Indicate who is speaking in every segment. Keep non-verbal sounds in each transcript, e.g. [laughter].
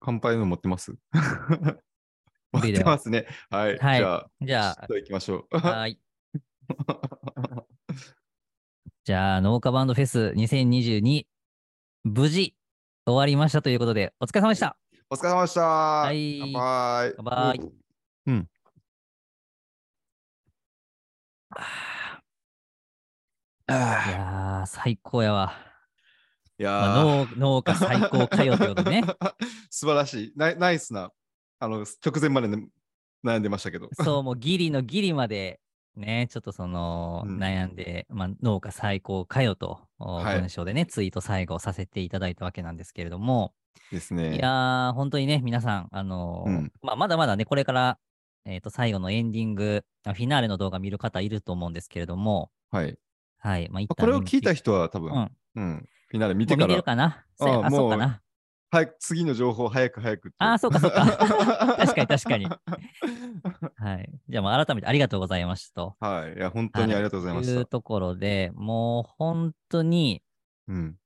Speaker 1: 乾杯の持ってます [laughs] 持っ
Speaker 2: ビデオ
Speaker 1: てますね。はい。
Speaker 2: はい
Speaker 1: じゃあ、
Speaker 2: じゃ
Speaker 1: ちょっと行きましょう。 [laughs]
Speaker 2: あ、はい。じゃあ、農家バンドフェス2022、無事終わりましたということで、お疲れ様でした。
Speaker 1: お疲れ様でした。
Speaker 2: い
Speaker 1: 乾杯。
Speaker 2: 乾杯。
Speaker 1: うん。
Speaker 2: あ [sighs] ーい
Speaker 1: あ
Speaker 2: やー、最高やわ。
Speaker 1: [sighs] ーいや
Speaker 2: まあ、
Speaker 1: ー
Speaker 2: 農農家最高かよということでね。。
Speaker 1: [laughs] 素晴らしい。ナイナイスな、あの、直前まで、ね、悩んでましたけど。
Speaker 2: そう、もうギリのギリまで、ね、ちょっとその、
Speaker 1: うん
Speaker 2: 悩んで、まあ、農家最高かよと、お
Speaker 1: はい
Speaker 2: 文章でね、ツイート最後させていただいたわけなんですけれども、
Speaker 1: ですね。
Speaker 2: いやー、本当にね、皆さん、あのー
Speaker 1: うん
Speaker 2: まあ、まだまだね、これから、えっ、と、最後のエンディング、あフィナーレの動画見る方いると思うんですけれども、
Speaker 1: はい。
Speaker 2: はい、まあ、一
Speaker 1: まあ
Speaker 2: 旦
Speaker 1: これを聞いた人は多分、
Speaker 2: うん
Speaker 1: うん。みんなで見
Speaker 2: 見
Speaker 1: て
Speaker 2: て
Speaker 1: か
Speaker 2: 見て
Speaker 1: ら
Speaker 2: る、かなそうや
Speaker 1: あ
Speaker 2: あ、
Speaker 1: もう
Speaker 2: そうかな
Speaker 1: 早く次の情報を早く早くっていう。
Speaker 2: あーそうかそ
Speaker 1: [laughs]
Speaker 2: うか確かに確かに
Speaker 1: は
Speaker 2: はい。じゃあ、まあ、改めてありがとうございましたと。
Speaker 1: い。いや、本当にありがとうございました。
Speaker 2: というところで、もう本当に、
Speaker 1: うん。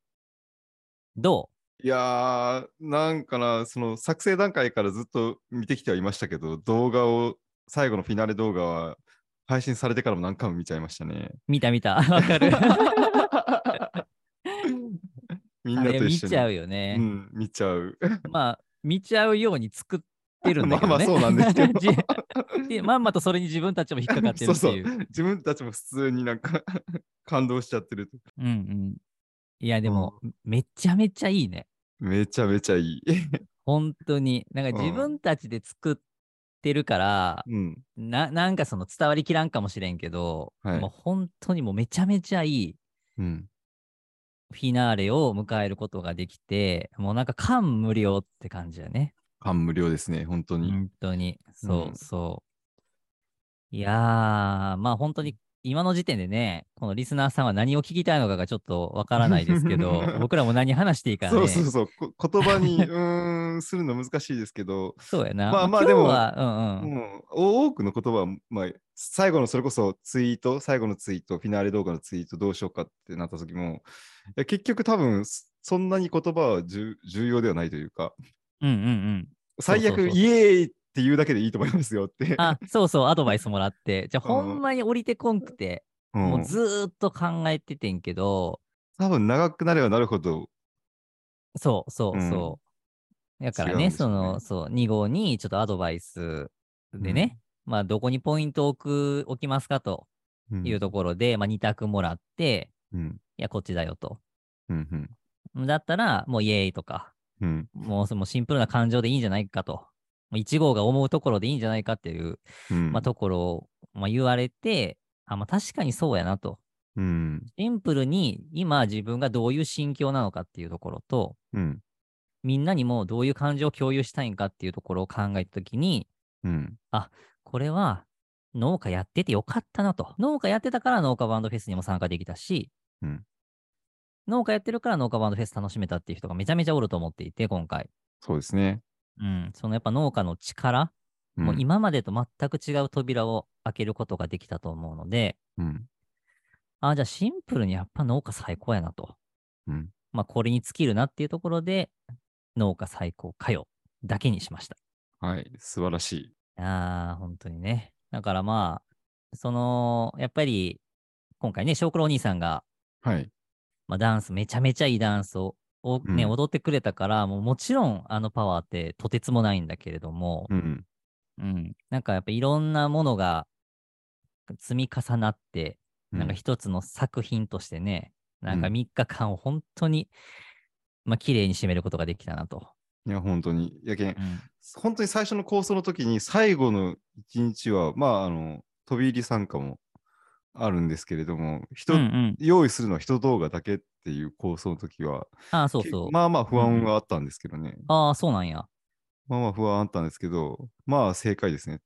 Speaker 2: ど
Speaker 1: いやー、なんかな、その作成段階からずっと見てきてはいましたけど、動画を、最後のフィナーレ動画は、配信されてからも何回も見ちゃいました
Speaker 2: [laughs]
Speaker 1: ね。
Speaker 2: う見た
Speaker 1: [laughs]
Speaker 2: 見た。わかる。
Speaker 1: みん
Speaker 2: あ
Speaker 1: なと一緒に。
Speaker 2: れ見ちゃうよ
Speaker 1: う
Speaker 2: ね。
Speaker 1: ん、見ちゃう。
Speaker 2: まあ、見ちゃうように作ってるんだけど
Speaker 1: まあまあ
Speaker 2: ね。
Speaker 1: そうなんです
Speaker 2: [laughs]
Speaker 1: けど [laughs]
Speaker 2: じでまんまとそれに自分たちも引っかかってるっていう。
Speaker 1: そうそう自分たちも普通になんか [laughs] 感動しちゃってると。
Speaker 2: うんうん。いや、でも、めちゃめちゃいいね。
Speaker 1: めちゃめちゃいい。
Speaker 2: 本当に。なんか
Speaker 1: うん
Speaker 2: 自分たちで作ってるから、
Speaker 1: うん。
Speaker 2: ななんかその伝わりきらんかもしれんけど、
Speaker 1: はい
Speaker 2: もう本当にもうめちゃめちゃいい
Speaker 1: うん。
Speaker 2: フィナーレを迎えることができて、もうなんか感無量って感じだね。
Speaker 1: 感無量ですね、本当に。
Speaker 2: 本当に。そううんそう。いやー、まあ本当に今の時点でね、このリスナーさんは何を聞きたいのかがちょっとわからないですけ
Speaker 1: [laughs]
Speaker 2: ど、僕らも何話していいかね。
Speaker 1: そうそうそう、こ [laughs] 言葉にうーんするの難しいですけど、
Speaker 2: そうやな。
Speaker 1: まあまあ
Speaker 2: 今日
Speaker 1: でも
Speaker 2: はうんうん。
Speaker 1: もうお多くの言葉は、まあ、最後のそれこそツイート、最後のツイート、フィナーレ動画のツイートどうしようかってなった時も、いや結局多分そそんなに言葉は重重要ではないというか、
Speaker 2: うんうんうん。
Speaker 1: 最
Speaker 2: そうそう
Speaker 1: 悪
Speaker 2: そう
Speaker 1: イエーイって言うだけでいいと思いますよって。 [laughs]
Speaker 2: あ、そうそう、アドバイスもらって。じゃあ、
Speaker 1: うん
Speaker 2: ほんまに降りてこんくて、
Speaker 1: うん
Speaker 2: もうずーっと考えててんけど、
Speaker 1: 多分長くなればなるほど、
Speaker 2: そうそう
Speaker 1: うん
Speaker 2: そう。だから
Speaker 1: 違うん
Speaker 2: ね、
Speaker 1: ですよ
Speaker 2: そ
Speaker 1: ね
Speaker 2: の、そう、2号にちょっとアドバイスでね、まあ、どこにポイントを置く、置きますかと
Speaker 1: うん
Speaker 2: いうところで、まあ、2択もらって、
Speaker 1: うん
Speaker 2: いや、こっちだよと。
Speaker 1: うんうん
Speaker 2: だったら、もうイエーイとか、
Speaker 1: うん
Speaker 2: もうそのシンプルな感情でいいんじゃないかと。1号が思うところでいいんじゃないかっていう、
Speaker 1: うん
Speaker 2: まあ、ところを、まあ、言われて、あ、まあ、確かにそうやなと。
Speaker 1: うん
Speaker 2: シンプルに今自分がどういう心境なのかっていうところと、
Speaker 1: うん
Speaker 2: みんなにもどういう感情を共有したいんかっていうところを考えたときに、
Speaker 1: うん
Speaker 2: これは農家やっててよかったなと。農家やってたから農家バンドフェスにも参加できたし、
Speaker 1: うん
Speaker 2: 農家やってるから農家バンドフェス楽しめたっていう人がめちゃめちゃおると思っていて、今回。
Speaker 1: そうですね。
Speaker 2: うん、そのやっぱ農家の力、
Speaker 1: うん
Speaker 2: もう今までと全く違う扉を開けることができたと思うので、
Speaker 1: うん
Speaker 2: あじゃあシンプルにやっぱ農家最高やなと。
Speaker 1: うん
Speaker 2: まあ、これに尽きるなっていうところで、農家最高かよだけにしました。
Speaker 1: はい、素晴らしい。
Speaker 2: ああ、本当にね。だからまあ、その、やっぱり、今回ね、小九郎お兄さんが、
Speaker 1: はい。
Speaker 2: まあ、ダンス、めちゃめちゃいいダンスを、をね、
Speaker 1: うん
Speaker 2: 踊ってくれたから、もうもちろんあのパワーってとてつもないんだけれども、
Speaker 1: うん
Speaker 2: うん、なんかやっぱいろんなものが積み重なって、
Speaker 1: う
Speaker 2: なんか一つの作品としてね、なんか
Speaker 1: うん
Speaker 2: 3日間を本当に、まあ綺麗に締めることができたなと。
Speaker 1: いや、本当に。やけん
Speaker 2: う、ん
Speaker 1: 本当に最初の構想の時に、最後の一日は、まあ、あの、飛び入り参加もあるんですけれども、人、
Speaker 2: うんうん
Speaker 1: 用意するのは一動画だけっていう構想の時は、
Speaker 2: ああ、そう
Speaker 1: け
Speaker 2: そう。
Speaker 1: まあまあ不安はあったんですけどね。
Speaker 2: ああ、そうなんや。
Speaker 1: まあまあ不安あったんですけど、まあ正解ですね。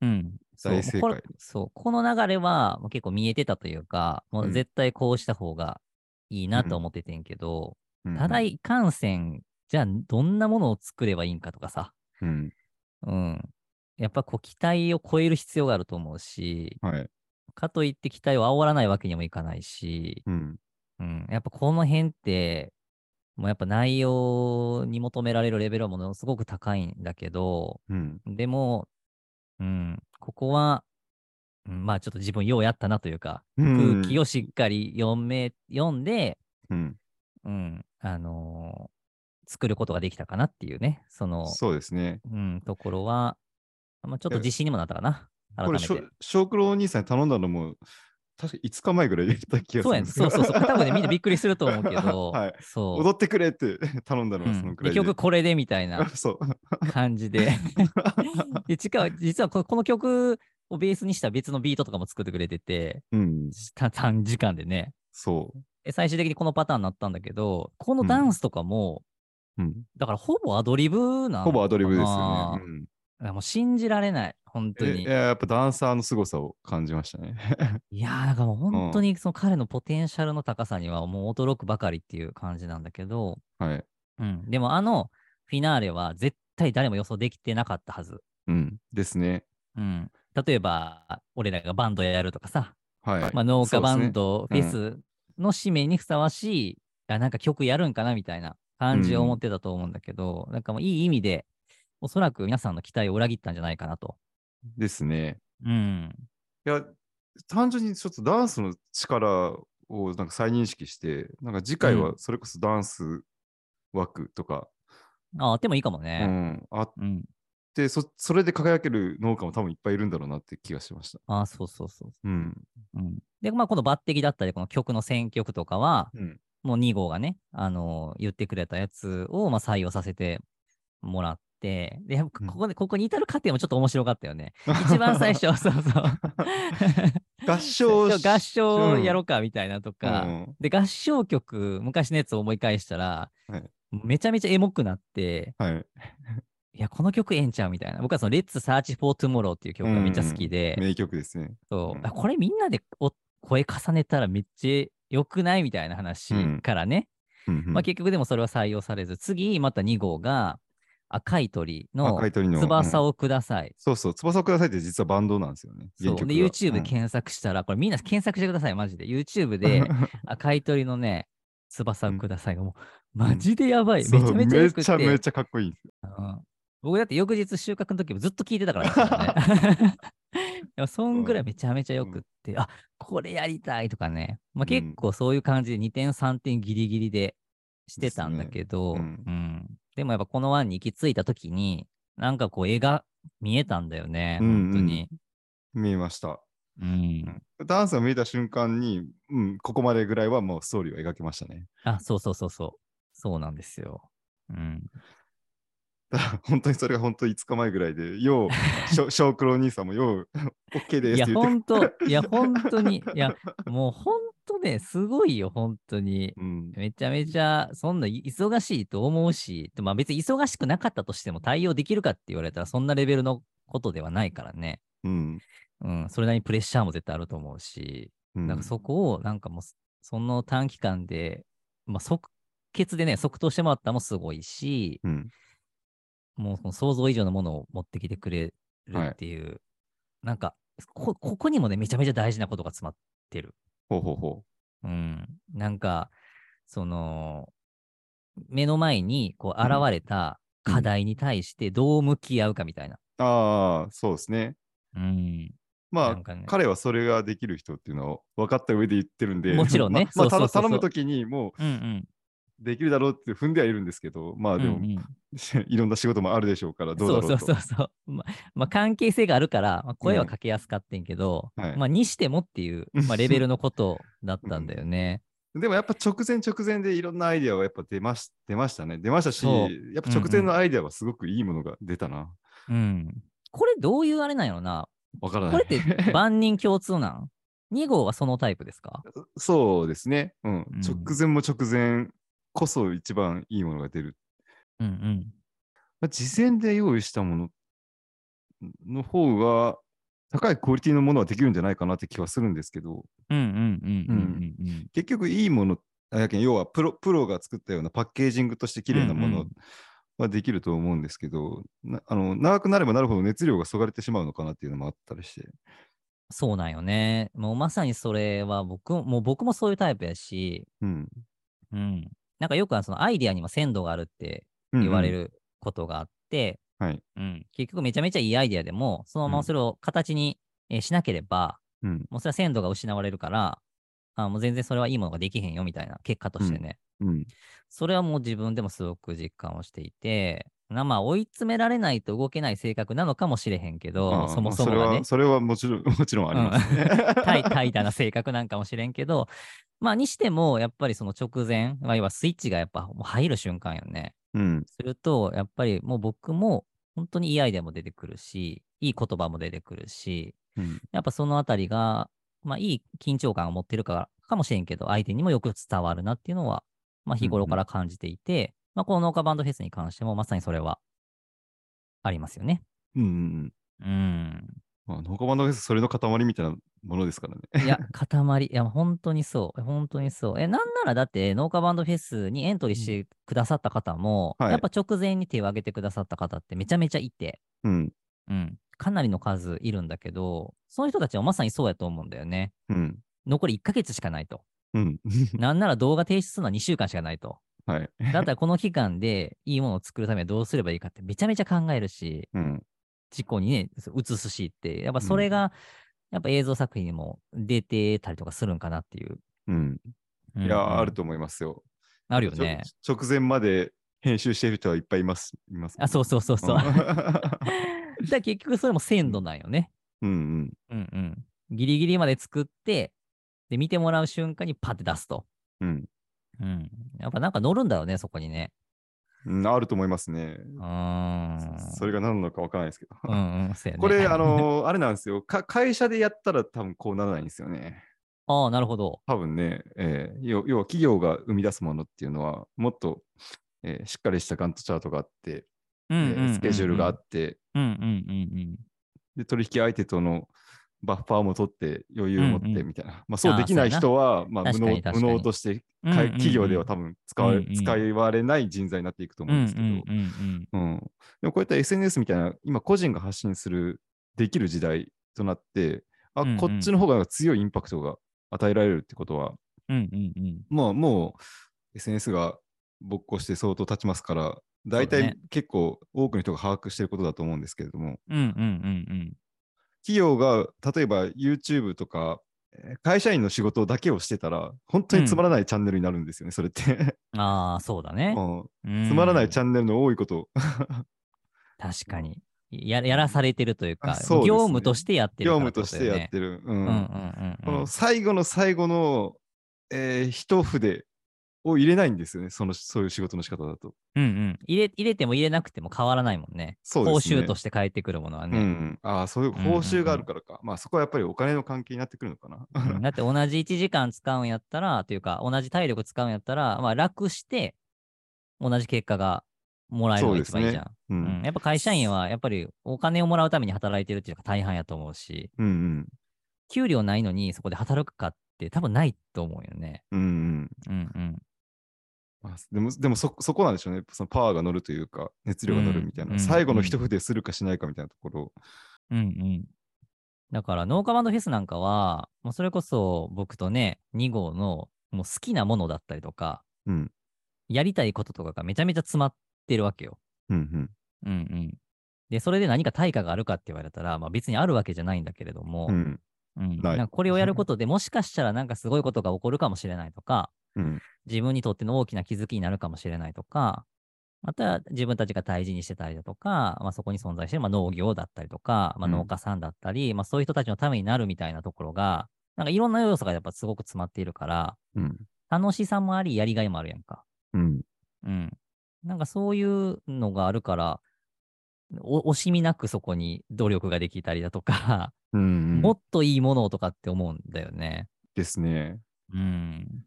Speaker 2: うん。そう
Speaker 1: 大正
Speaker 2: もうこれ
Speaker 1: 解
Speaker 2: そう。この流れはもう結構見えてたというか、もううん絶対こうした方がいいなと
Speaker 1: うん
Speaker 2: 思っててんけど、
Speaker 1: うん
Speaker 2: ただいかんせん、じゃあどんなものを作ればいいんかとかさ、
Speaker 1: うん。
Speaker 2: うん。やっぱこう期待を超える必要があると思うし、
Speaker 1: はい。
Speaker 2: かといって期待を煽らないわけにもいかないし、
Speaker 1: うん。
Speaker 2: うん。やっぱこの辺って、もうやっぱ内容に求められるレベルはものすごく高いんだけど、
Speaker 1: うん。
Speaker 2: でも、うん、ここは、うんまあちょっと自分ようやったなというか、
Speaker 1: うん
Speaker 2: 空気をしっかり読め、読んで、
Speaker 1: うん。
Speaker 2: うん、あのー作ることができたかなっていうね、その、
Speaker 1: そうですね。
Speaker 2: うん、ところは、まあ、ちょっと
Speaker 1: え
Speaker 2: 自信にもなったかな、改
Speaker 1: こ
Speaker 2: め
Speaker 1: れ、
Speaker 2: て
Speaker 1: しょ。小九郎お兄さんに頼んだのも、確か5日前ぐらい言った気がす
Speaker 2: そう
Speaker 1: る
Speaker 2: や
Speaker 1: ん
Speaker 2: ん、
Speaker 1: です
Speaker 2: そうそうそう。多分ね、みんなびっくりすると思うけど、
Speaker 1: [laughs] はい
Speaker 2: そう。
Speaker 1: 踊ってくれって [laughs] 頼んだの
Speaker 2: う
Speaker 1: は
Speaker 2: ん
Speaker 1: そのくらい
Speaker 2: 結
Speaker 1: で。
Speaker 2: 局これでみたいな
Speaker 1: [laughs] そう。
Speaker 2: 感
Speaker 1: [laughs]
Speaker 2: じで。で、ちかは実はここの曲をベースにした別のビートとかも作ってくれてて、
Speaker 1: うん。
Speaker 2: た短時間でね。
Speaker 1: そ
Speaker 2: で最終的にこのパターンになったんだけど、このダンスとかも、
Speaker 1: う。うん。
Speaker 2: だからほぼアドリブなのかな
Speaker 1: ほぼアドリブですよね。うん
Speaker 2: いやもう信じられない、本当
Speaker 1: え
Speaker 2: に。
Speaker 1: いややっぱダンサーの凄さを感じましたね。 [laughs]
Speaker 2: いやー、だからもう本当にその彼のポテンシャルの高さにはもう驚くばかりっていう感じなんだけど、
Speaker 1: はい。
Speaker 2: うん、でもあのフィナーレは絶対誰も予想できてなかったはず。
Speaker 1: うん。ですね。
Speaker 2: うん、例えば、俺らがバンドやるとかさ、
Speaker 1: はい。
Speaker 2: まあ、農
Speaker 1: そうで
Speaker 2: 家バ
Speaker 1: すね
Speaker 2: ンド、
Speaker 1: うん
Speaker 2: フェスの使命にふさわしい、あなんか曲やるんかなみたいな感じを思ってたと思うんだけど、なんかもういい意味で、おそらく皆さんの期待を裏切ったんじゃないかなと。
Speaker 1: ですね。
Speaker 2: うん。
Speaker 1: いや、単純にちょっとダンスの力をなんか再認識して、なんか次回はそれこそダンス枠とか、
Speaker 2: ああ、でもいいかも
Speaker 1: うん
Speaker 2: ね。
Speaker 1: あっ
Speaker 2: うん。
Speaker 1: てそ、それで輝ける農家も多分いっぱいいるんだろうなって気がしました。
Speaker 2: ああ、そうそうそう。
Speaker 1: うん。
Speaker 2: うん、で、まあ、この抜擢だったり、この曲の選曲とかは、
Speaker 1: うん。
Speaker 2: もう2号がね、あの言ってくれたやつを、まあ、採用させてもらって、で、やっぱここで、ここに至る過程もちょっと面白かったよね。一番
Speaker 1: [laughs]
Speaker 2: 最初、そう [laughs] そう。
Speaker 1: 合唱し
Speaker 2: そう合唱やろうか、みたいなと
Speaker 1: う
Speaker 2: か。
Speaker 1: ん
Speaker 2: で、合唱曲、昔のやつを思い返したら、
Speaker 1: はい
Speaker 2: めちゃめちゃエモくなって、
Speaker 1: はい。
Speaker 2: いや、この曲ええんちゃうみたいな。僕はその、Let's Search for Tomorrow っていう曲がめっちゃ好きで、
Speaker 1: 名曲ですね。
Speaker 2: そう
Speaker 1: うん
Speaker 2: あこれみんなでお声重ねたらめっちゃ良くないみたいな話
Speaker 1: うん
Speaker 2: からね、
Speaker 1: うんうん
Speaker 2: まあ、結局でもそれは採用されず次また2号が赤い鳥の
Speaker 1: 赤い鳥の
Speaker 2: 翼をください、
Speaker 1: そうそう、翼をくださいって実はバンドなんですよね。
Speaker 2: そうで YouTube で
Speaker 1: 検
Speaker 2: 検索したら、これみんな検索してくださいマジで YouTube
Speaker 1: 索
Speaker 2: で赤い鳥のね翼をくださいがもうマジでやばい、
Speaker 1: [laughs] そう
Speaker 2: めちゃめちゃよくて
Speaker 1: めちゃめちゃかっこいいんですよ。
Speaker 2: うん僕だって翌日収穫の時もずっと聞いてたか
Speaker 1: [laughs]
Speaker 2: らね。でもそんぐらいめちゃめちゃよくって、あこれやりたいとかね、まあ、
Speaker 1: うん
Speaker 2: 結構そういう感じで2点3点ギリギリでしてたんだけど、
Speaker 1: です
Speaker 2: う
Speaker 1: ね
Speaker 2: んでもやっぱこの湾に行き着いた時になんかこう絵が見えたんだよね、
Speaker 1: うんうん
Speaker 2: 本当に。
Speaker 1: 見えました。
Speaker 2: うん
Speaker 1: ダンスが見えた瞬間に、うん、ここまでぐらいはもうストーリーを描けましたね。
Speaker 2: あそうそうそうそうそうなんですよ。うん、
Speaker 1: だから本当にそれが本当5日前ぐらいで、よう、しょ [laughs] 小黒兄さんもよう、OK です
Speaker 2: い
Speaker 1: っ
Speaker 2: や
Speaker 1: て言って。
Speaker 2: 本当いや本当にい
Speaker 1: [laughs]
Speaker 2: やもう本当ねすごいよ本当に。
Speaker 1: うん、
Speaker 2: めちゃめちゃ、そんない忙しいと思うし、でまあ別に忙しくなかったとしても対応できるかって言われたら、そんなレベルのことではないからね。
Speaker 1: うん。
Speaker 2: うん、それなりにプレッシャーも絶対あると思うし、
Speaker 1: うん
Speaker 2: なんかそこを、なんかもう、その短期間で、まあ即決でね、即答してもらったのもすごいし、
Speaker 1: うん。
Speaker 2: もうその想像以上のものを持ってきてくれるっていう、なんかこ、ここにもね、めちゃめちゃ大事なことが詰まってる。
Speaker 1: ほうほうほ
Speaker 2: うん、なんか、その、目の前にこう
Speaker 1: う
Speaker 2: 現
Speaker 1: ん
Speaker 2: れた課題に対してどう向き合うかみたいな。
Speaker 1: う。ああ、そうですね。
Speaker 2: うん、な
Speaker 1: ま
Speaker 2: ん
Speaker 1: あ、
Speaker 2: かね
Speaker 1: 彼はそれができる人っていうのを分かった上で言ってるんで、
Speaker 2: もちろんね
Speaker 1: [laughs] まあ、
Speaker 2: そうそ
Speaker 1: ま
Speaker 2: う
Speaker 1: あ
Speaker 2: そうそう
Speaker 1: 頼むときにもう、
Speaker 2: うんうん。
Speaker 1: できるだろうって踏んではいるんですけど、まあでも、
Speaker 2: うんうん
Speaker 1: [laughs] いろんな仕事もあるでしょうから、どうだろうと。
Speaker 2: そうそうそうそう。ままあ、関係性があるから、まあ、声は
Speaker 1: うん
Speaker 2: かけやすかってんけど、
Speaker 1: はい
Speaker 2: まあ、にしてもっ
Speaker 1: [laughs]
Speaker 2: ていう、まあ、レベルのことだったんだよね。
Speaker 1: でもやっぱ直前直前でいろんなアイデアはやっぱ出まし出ましたね。出ましたし、
Speaker 2: そう
Speaker 1: やっぱ直前のアイデアはすごくいいものが出たな。
Speaker 2: うん。これどういうあれなんやろな
Speaker 1: わからな
Speaker 2: こ
Speaker 1: い
Speaker 2: れっ。て万人共通なん ?2 号はそのタイプで
Speaker 1: [laughs]
Speaker 2: すか
Speaker 1: [laughs] そうですね、うん。
Speaker 2: ん
Speaker 1: 直前も直前こそ一番いいものが出る。
Speaker 2: うんうん。
Speaker 1: まあ、事前で用意したものの方が高いクオリティのものはできるんじゃないかなって気はするんですけど、
Speaker 2: うんうんうんうんうんうん。
Speaker 1: 結局いいもの、あやけん要はプロプロが作ったようなパッケージングとして綺麗なも
Speaker 2: うんう
Speaker 1: の
Speaker 2: ん
Speaker 1: はできると思うんですけど、なあの長くなればなるほど熱量がそがれてしまうのかなっていうのもあったりして。
Speaker 2: そうなんよね。もうまさにそれは僕も、もう僕もそういうタイプやし、
Speaker 1: うん、
Speaker 2: うん。なんかよくはそのアイディアにも鮮度があるって
Speaker 1: うんうん
Speaker 2: 言われ。ることがあって、
Speaker 1: はい
Speaker 2: うん結局めちゃめちゃいいアイディアでも、そのままそれを形に、えーしなければ、
Speaker 1: うん
Speaker 2: もうそれは鮮度が失われるから、あもう全然それはいいものができへんよみたいな結果としてね。
Speaker 1: うん。
Speaker 2: それはもう自分でもすごく実感をしていて、なまあ追い詰められないと動けない性格なのかもしれへんけ
Speaker 1: あ
Speaker 2: ど、
Speaker 1: あ
Speaker 2: そ
Speaker 1: ま
Speaker 2: も
Speaker 1: あ
Speaker 2: そも
Speaker 1: れ
Speaker 2: が
Speaker 1: は
Speaker 2: ね、
Speaker 1: それはもちろん、もちろんありますね。 [laughs]
Speaker 2: 怠怠惰な性格なんかもしれんけど、まあにしてもやっぱりその直前、まあ、要はスイッチがやっぱもう入る瞬間よね。
Speaker 1: うん。
Speaker 2: すると、やっぱりもう僕も本当にいいアイデアも出てくるし、いい言葉も出てくるし、
Speaker 1: [laughs] うん
Speaker 2: やっぱそのあたりが、まあいい緊張感を持ってるからかもしれんけど、相手にもよく伝わるなっていうのは、まあ日頃から感じていて、まあこの農家バンドフェスに関してもまさにそれはありますよね。
Speaker 1: うんうんうん。
Speaker 2: うん。
Speaker 1: まあ、農家バンドフェス、それの塊みたいなものですからね。
Speaker 2: いや、塊。いや、本当にそう。本当にそう。え、なんならだって、農家バンドフェスにエントリーしてくださった方も、
Speaker 1: はい
Speaker 2: やっぱ直前に手を挙げてくださった方ってめちゃめちゃいて、
Speaker 1: うん。
Speaker 2: うん、かなりの数いるんだけど、その人たちはまさにそうやと思うんだよね。
Speaker 1: うん。
Speaker 2: 残り1ヶ月しかない
Speaker 1: [laughs]
Speaker 2: と。
Speaker 1: うん。
Speaker 2: なんなら動画提出するのは2週間しかないと。
Speaker 1: はい。
Speaker 2: だったらこの期間でいいものを作るためにはどうすればいいかってめちゃめちゃ考えるし、
Speaker 1: うん。
Speaker 2: 事故にね、映すしって、やっぱそれが、やっぱ映像作品にも出てたりとかするんかなっていう。
Speaker 1: うん。
Speaker 2: うん
Speaker 1: いや、ある
Speaker 2: うん
Speaker 1: と思いますよ。
Speaker 2: あるよね。
Speaker 1: ちょ直前まで編集してる人はいっぱいいます。います
Speaker 2: あ、そうそうそう [laughs] そう。だか
Speaker 1: う
Speaker 2: ら結局それも鮮度なんよね。
Speaker 1: ん [laughs] うん
Speaker 2: うんうん。ギリギリまで作って、で、見てもらう瞬間にパッて出すと。
Speaker 1: うん。
Speaker 2: うん。やっぱなんか乗るんだよね、そこにね。
Speaker 1: うん。うんあると思いますね。
Speaker 2: うーん。
Speaker 1: それが何なのかわからないですけど。
Speaker 2: うんうん、そうやね。
Speaker 1: これ、あ、のーあれなんですよか。会社でやったら多分こうならないんですよね。
Speaker 2: ああ、なるほど。
Speaker 1: 多分ね、えー要要は企業が生み出すものっていうのは、もっと、えーしっかりしたガントチャートがあって、え
Speaker 2: うんうんうんう
Speaker 1: ー
Speaker 2: ん
Speaker 1: スケジュールがあって、
Speaker 2: うんうんうん
Speaker 1: で取引相手とのバッファーも取って余裕を持っ
Speaker 2: うんう
Speaker 1: て
Speaker 2: ん
Speaker 1: みたいな。まあ、そうできない人は、まあ、無
Speaker 2: 確かに
Speaker 1: 能
Speaker 2: 確か
Speaker 1: 無
Speaker 2: に
Speaker 1: 能として
Speaker 2: うん。
Speaker 1: か企業では
Speaker 2: 多
Speaker 1: 多分使われ、
Speaker 2: うんうん
Speaker 1: 使われない人材になっていくと思うんですけど、
Speaker 2: う
Speaker 1: うんん
Speaker 2: うんうん
Speaker 1: でもこういった SNS みたいな、今個人が発信する、できる時代となって、あ、
Speaker 2: うんうん
Speaker 1: こっちの方が強いインパクトが与えられるってことは、
Speaker 2: うん。うんうんうん。
Speaker 1: まあもう SNS が勃興して相当経ちますから、大
Speaker 2: そうだ
Speaker 1: 体
Speaker 2: ね
Speaker 1: 結構多くの人が把握していることだと思うんですけれども、
Speaker 2: うんうんうん
Speaker 1: 企業が例えば YouTube とかえー会社員の仕事だけをしてたら本当につまらないチャンネルになるんですよね、それ
Speaker 2: [laughs]
Speaker 1: って、
Speaker 2: うん。ああ、そうだね。
Speaker 1: [laughs] うん
Speaker 2: つ
Speaker 1: つまらない
Speaker 2: ゃ
Speaker 1: チャンネルの多いことを
Speaker 2: 確かに。ややらされてるというか、
Speaker 1: あそうですね
Speaker 2: 業務としてやってる
Speaker 1: 業
Speaker 2: から
Speaker 1: 務
Speaker 2: てこと
Speaker 1: し
Speaker 2: だよ
Speaker 1: て
Speaker 2: ね
Speaker 1: やってる、うん
Speaker 2: うんうんう
Speaker 1: こ
Speaker 2: んうん
Speaker 1: の最後の最後の、えー一筆を入れないんですよねそのそういう仕事の仕方だと、
Speaker 2: うんうん入れ入れても入れなくても変わらないもんね。
Speaker 1: そう
Speaker 2: 報
Speaker 1: ですね
Speaker 2: 酬として返ってくるものは
Speaker 1: う
Speaker 2: ね。
Speaker 1: ん、ああそういう報酬があるからか、まあそこはやっぱりお金の関係になってくるのかな、
Speaker 2: うんだって同じ1時間使うんやったら、というか、同じ体力使うんやったら、まあ、楽して、同じ結果がもらえるのが一番いいじゃん。
Speaker 1: [laughs] うん
Speaker 2: うんやっぱ会社員は、やっぱりお金をもらうために働いてるっていうのが大半やと思うし、
Speaker 1: うん
Speaker 2: 給料ないのにそこで働くかって多分ないと思うよね。
Speaker 1: うんうんうん
Speaker 2: うんうん。
Speaker 1: まあ、でもでもそそこなんでしょうね、そのパワーが乗るというか、熱量が乗るみたいな、
Speaker 2: うんうん
Speaker 1: 最後の一筆するかしないかみたいなところ、
Speaker 2: うんうん。だから、農家バンドフェスなんかは、もうそれこそ僕とね、2号のもう好きなものだったりとか、
Speaker 1: うん
Speaker 2: やりたいこととかがめちゃめちゃ詰まってるわけよ。
Speaker 1: うん
Speaker 2: うんうん。で、それで何か対価があるかって言われたら、まあ別にあるわけじゃないんだけれども、
Speaker 1: うん、うん、
Speaker 2: うん
Speaker 1: ない
Speaker 2: んかこれをやることでもしかしたらなんかすごいことが起こるかもしれないとか、
Speaker 1: うん、
Speaker 2: 自分にとっての大きな気づきになるかもしれないとか、また自分たちが大事にしてたりだとか、まあ、そこに存在してるまあ農業だったりとか、まあ、
Speaker 1: うん
Speaker 2: 農家さんだったり、まあ、そういう人たちのためになるみたいなところが、なんかいろんな要素がやっぱすごく詰まっているから、
Speaker 1: うん、
Speaker 2: 楽しさもあり、やりがいもあるやんか。
Speaker 1: うん、
Speaker 2: うん。なんかそういうのがあるから、お惜しみなくそこに努力ができたりだとか、
Speaker 1: うん、
Speaker 2: もっといいものをとかって思うんだよね。
Speaker 1: ですね。
Speaker 2: うん。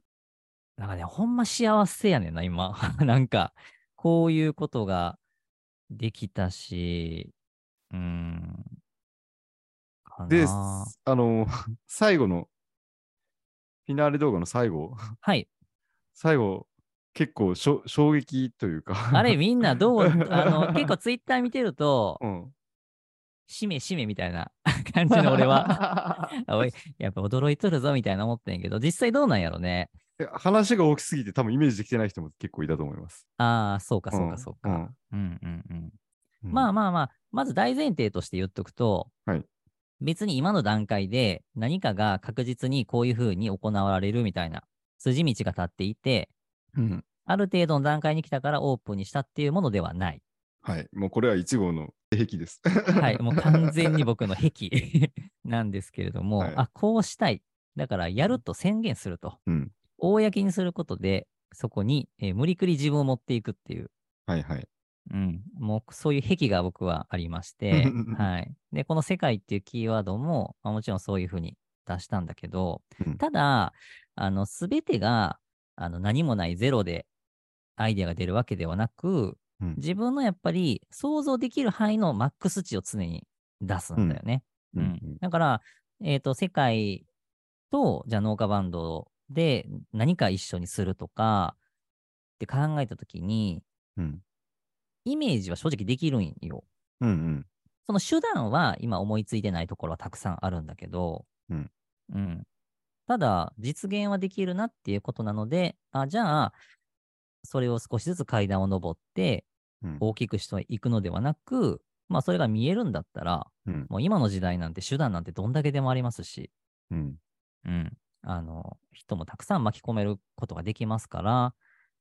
Speaker 2: なんかね、ほんま幸せやねんな、今。 [laughs] なんか、こういうことができたし、うん。か
Speaker 1: で、
Speaker 2: な
Speaker 1: あの、 [laughs] 最後の、フィナーレ動画の最後、 [laughs]
Speaker 2: はい。
Speaker 1: 最後、結構しょ衝撃というか、
Speaker 2: あれ、みんなどう、あの、結構ツイッター見てると、
Speaker 1: [laughs] うん、
Speaker 2: しめしめみたいな [laughs] 感じの俺は、 [laughs]
Speaker 1: は。
Speaker 2: あおいやっぱ驚いとるぞみたいな思ってんけど、実際どうなんやろね。
Speaker 1: [laughs] いや話が大きすぎて多分イメージできてない人も結構いたと思います。
Speaker 2: ああ、そうか、そうか、
Speaker 1: ん
Speaker 2: そうか。。うんうんうん。まあ
Speaker 1: ま
Speaker 2: まあまあ、まず大前提として言っとくと、
Speaker 1: はい
Speaker 2: 別に今の段階で何かが確実にこういうふうに行われるみたいな筋道が立っていて、
Speaker 1: あ。うん。
Speaker 2: ある程度の段階に来たからオープンにしたっていうもので
Speaker 1: [laughs]
Speaker 2: はない。
Speaker 1: はい。もうこれは1号の壁です。
Speaker 2: はい、もう完全に僕の癖 [laughs] なんですけれども、
Speaker 1: はい
Speaker 2: あ、こうしたい。だからやると宣言すると。
Speaker 1: うん
Speaker 2: 公にすることで、そこに、えー無理くり自分を持っていくっていう
Speaker 1: [laughs] はいはい。
Speaker 2: うん、もうそういう癖が僕はありまして
Speaker 1: うんうんうん、
Speaker 2: はい、でこの「世界」っていうキーワードも、まあ、もちろんそういうふうに出したんだけど、
Speaker 1: うん
Speaker 2: ただあの全てがあの何もないゼロでアイデアが出るわけではなく、
Speaker 1: うん
Speaker 2: 自分のやっぱり想像できる範囲のマックス値を常に出すんだよね。
Speaker 1: う
Speaker 2: うんんだから、えっと世界とじゃあ農家バンドで何か一緒にするとかって考えた時に
Speaker 1: うん。
Speaker 2: イメージは正直できるんよ。
Speaker 1: うんうん。
Speaker 2: その手段は今思いついてないところはたくさんあるんだけど、
Speaker 1: うん
Speaker 2: うんただ、実現はできるなっていうことなので、あじゃあ、それを少しずつ階段を上って
Speaker 1: うん
Speaker 2: 大きくしていくのではなく、まあ、それが見えるんだったら、
Speaker 1: うん
Speaker 2: もう今の時代なんて手段なんてどんだけでもありますし、
Speaker 1: うん。
Speaker 2: うん、あの人もたくさん巻き込めることができますから、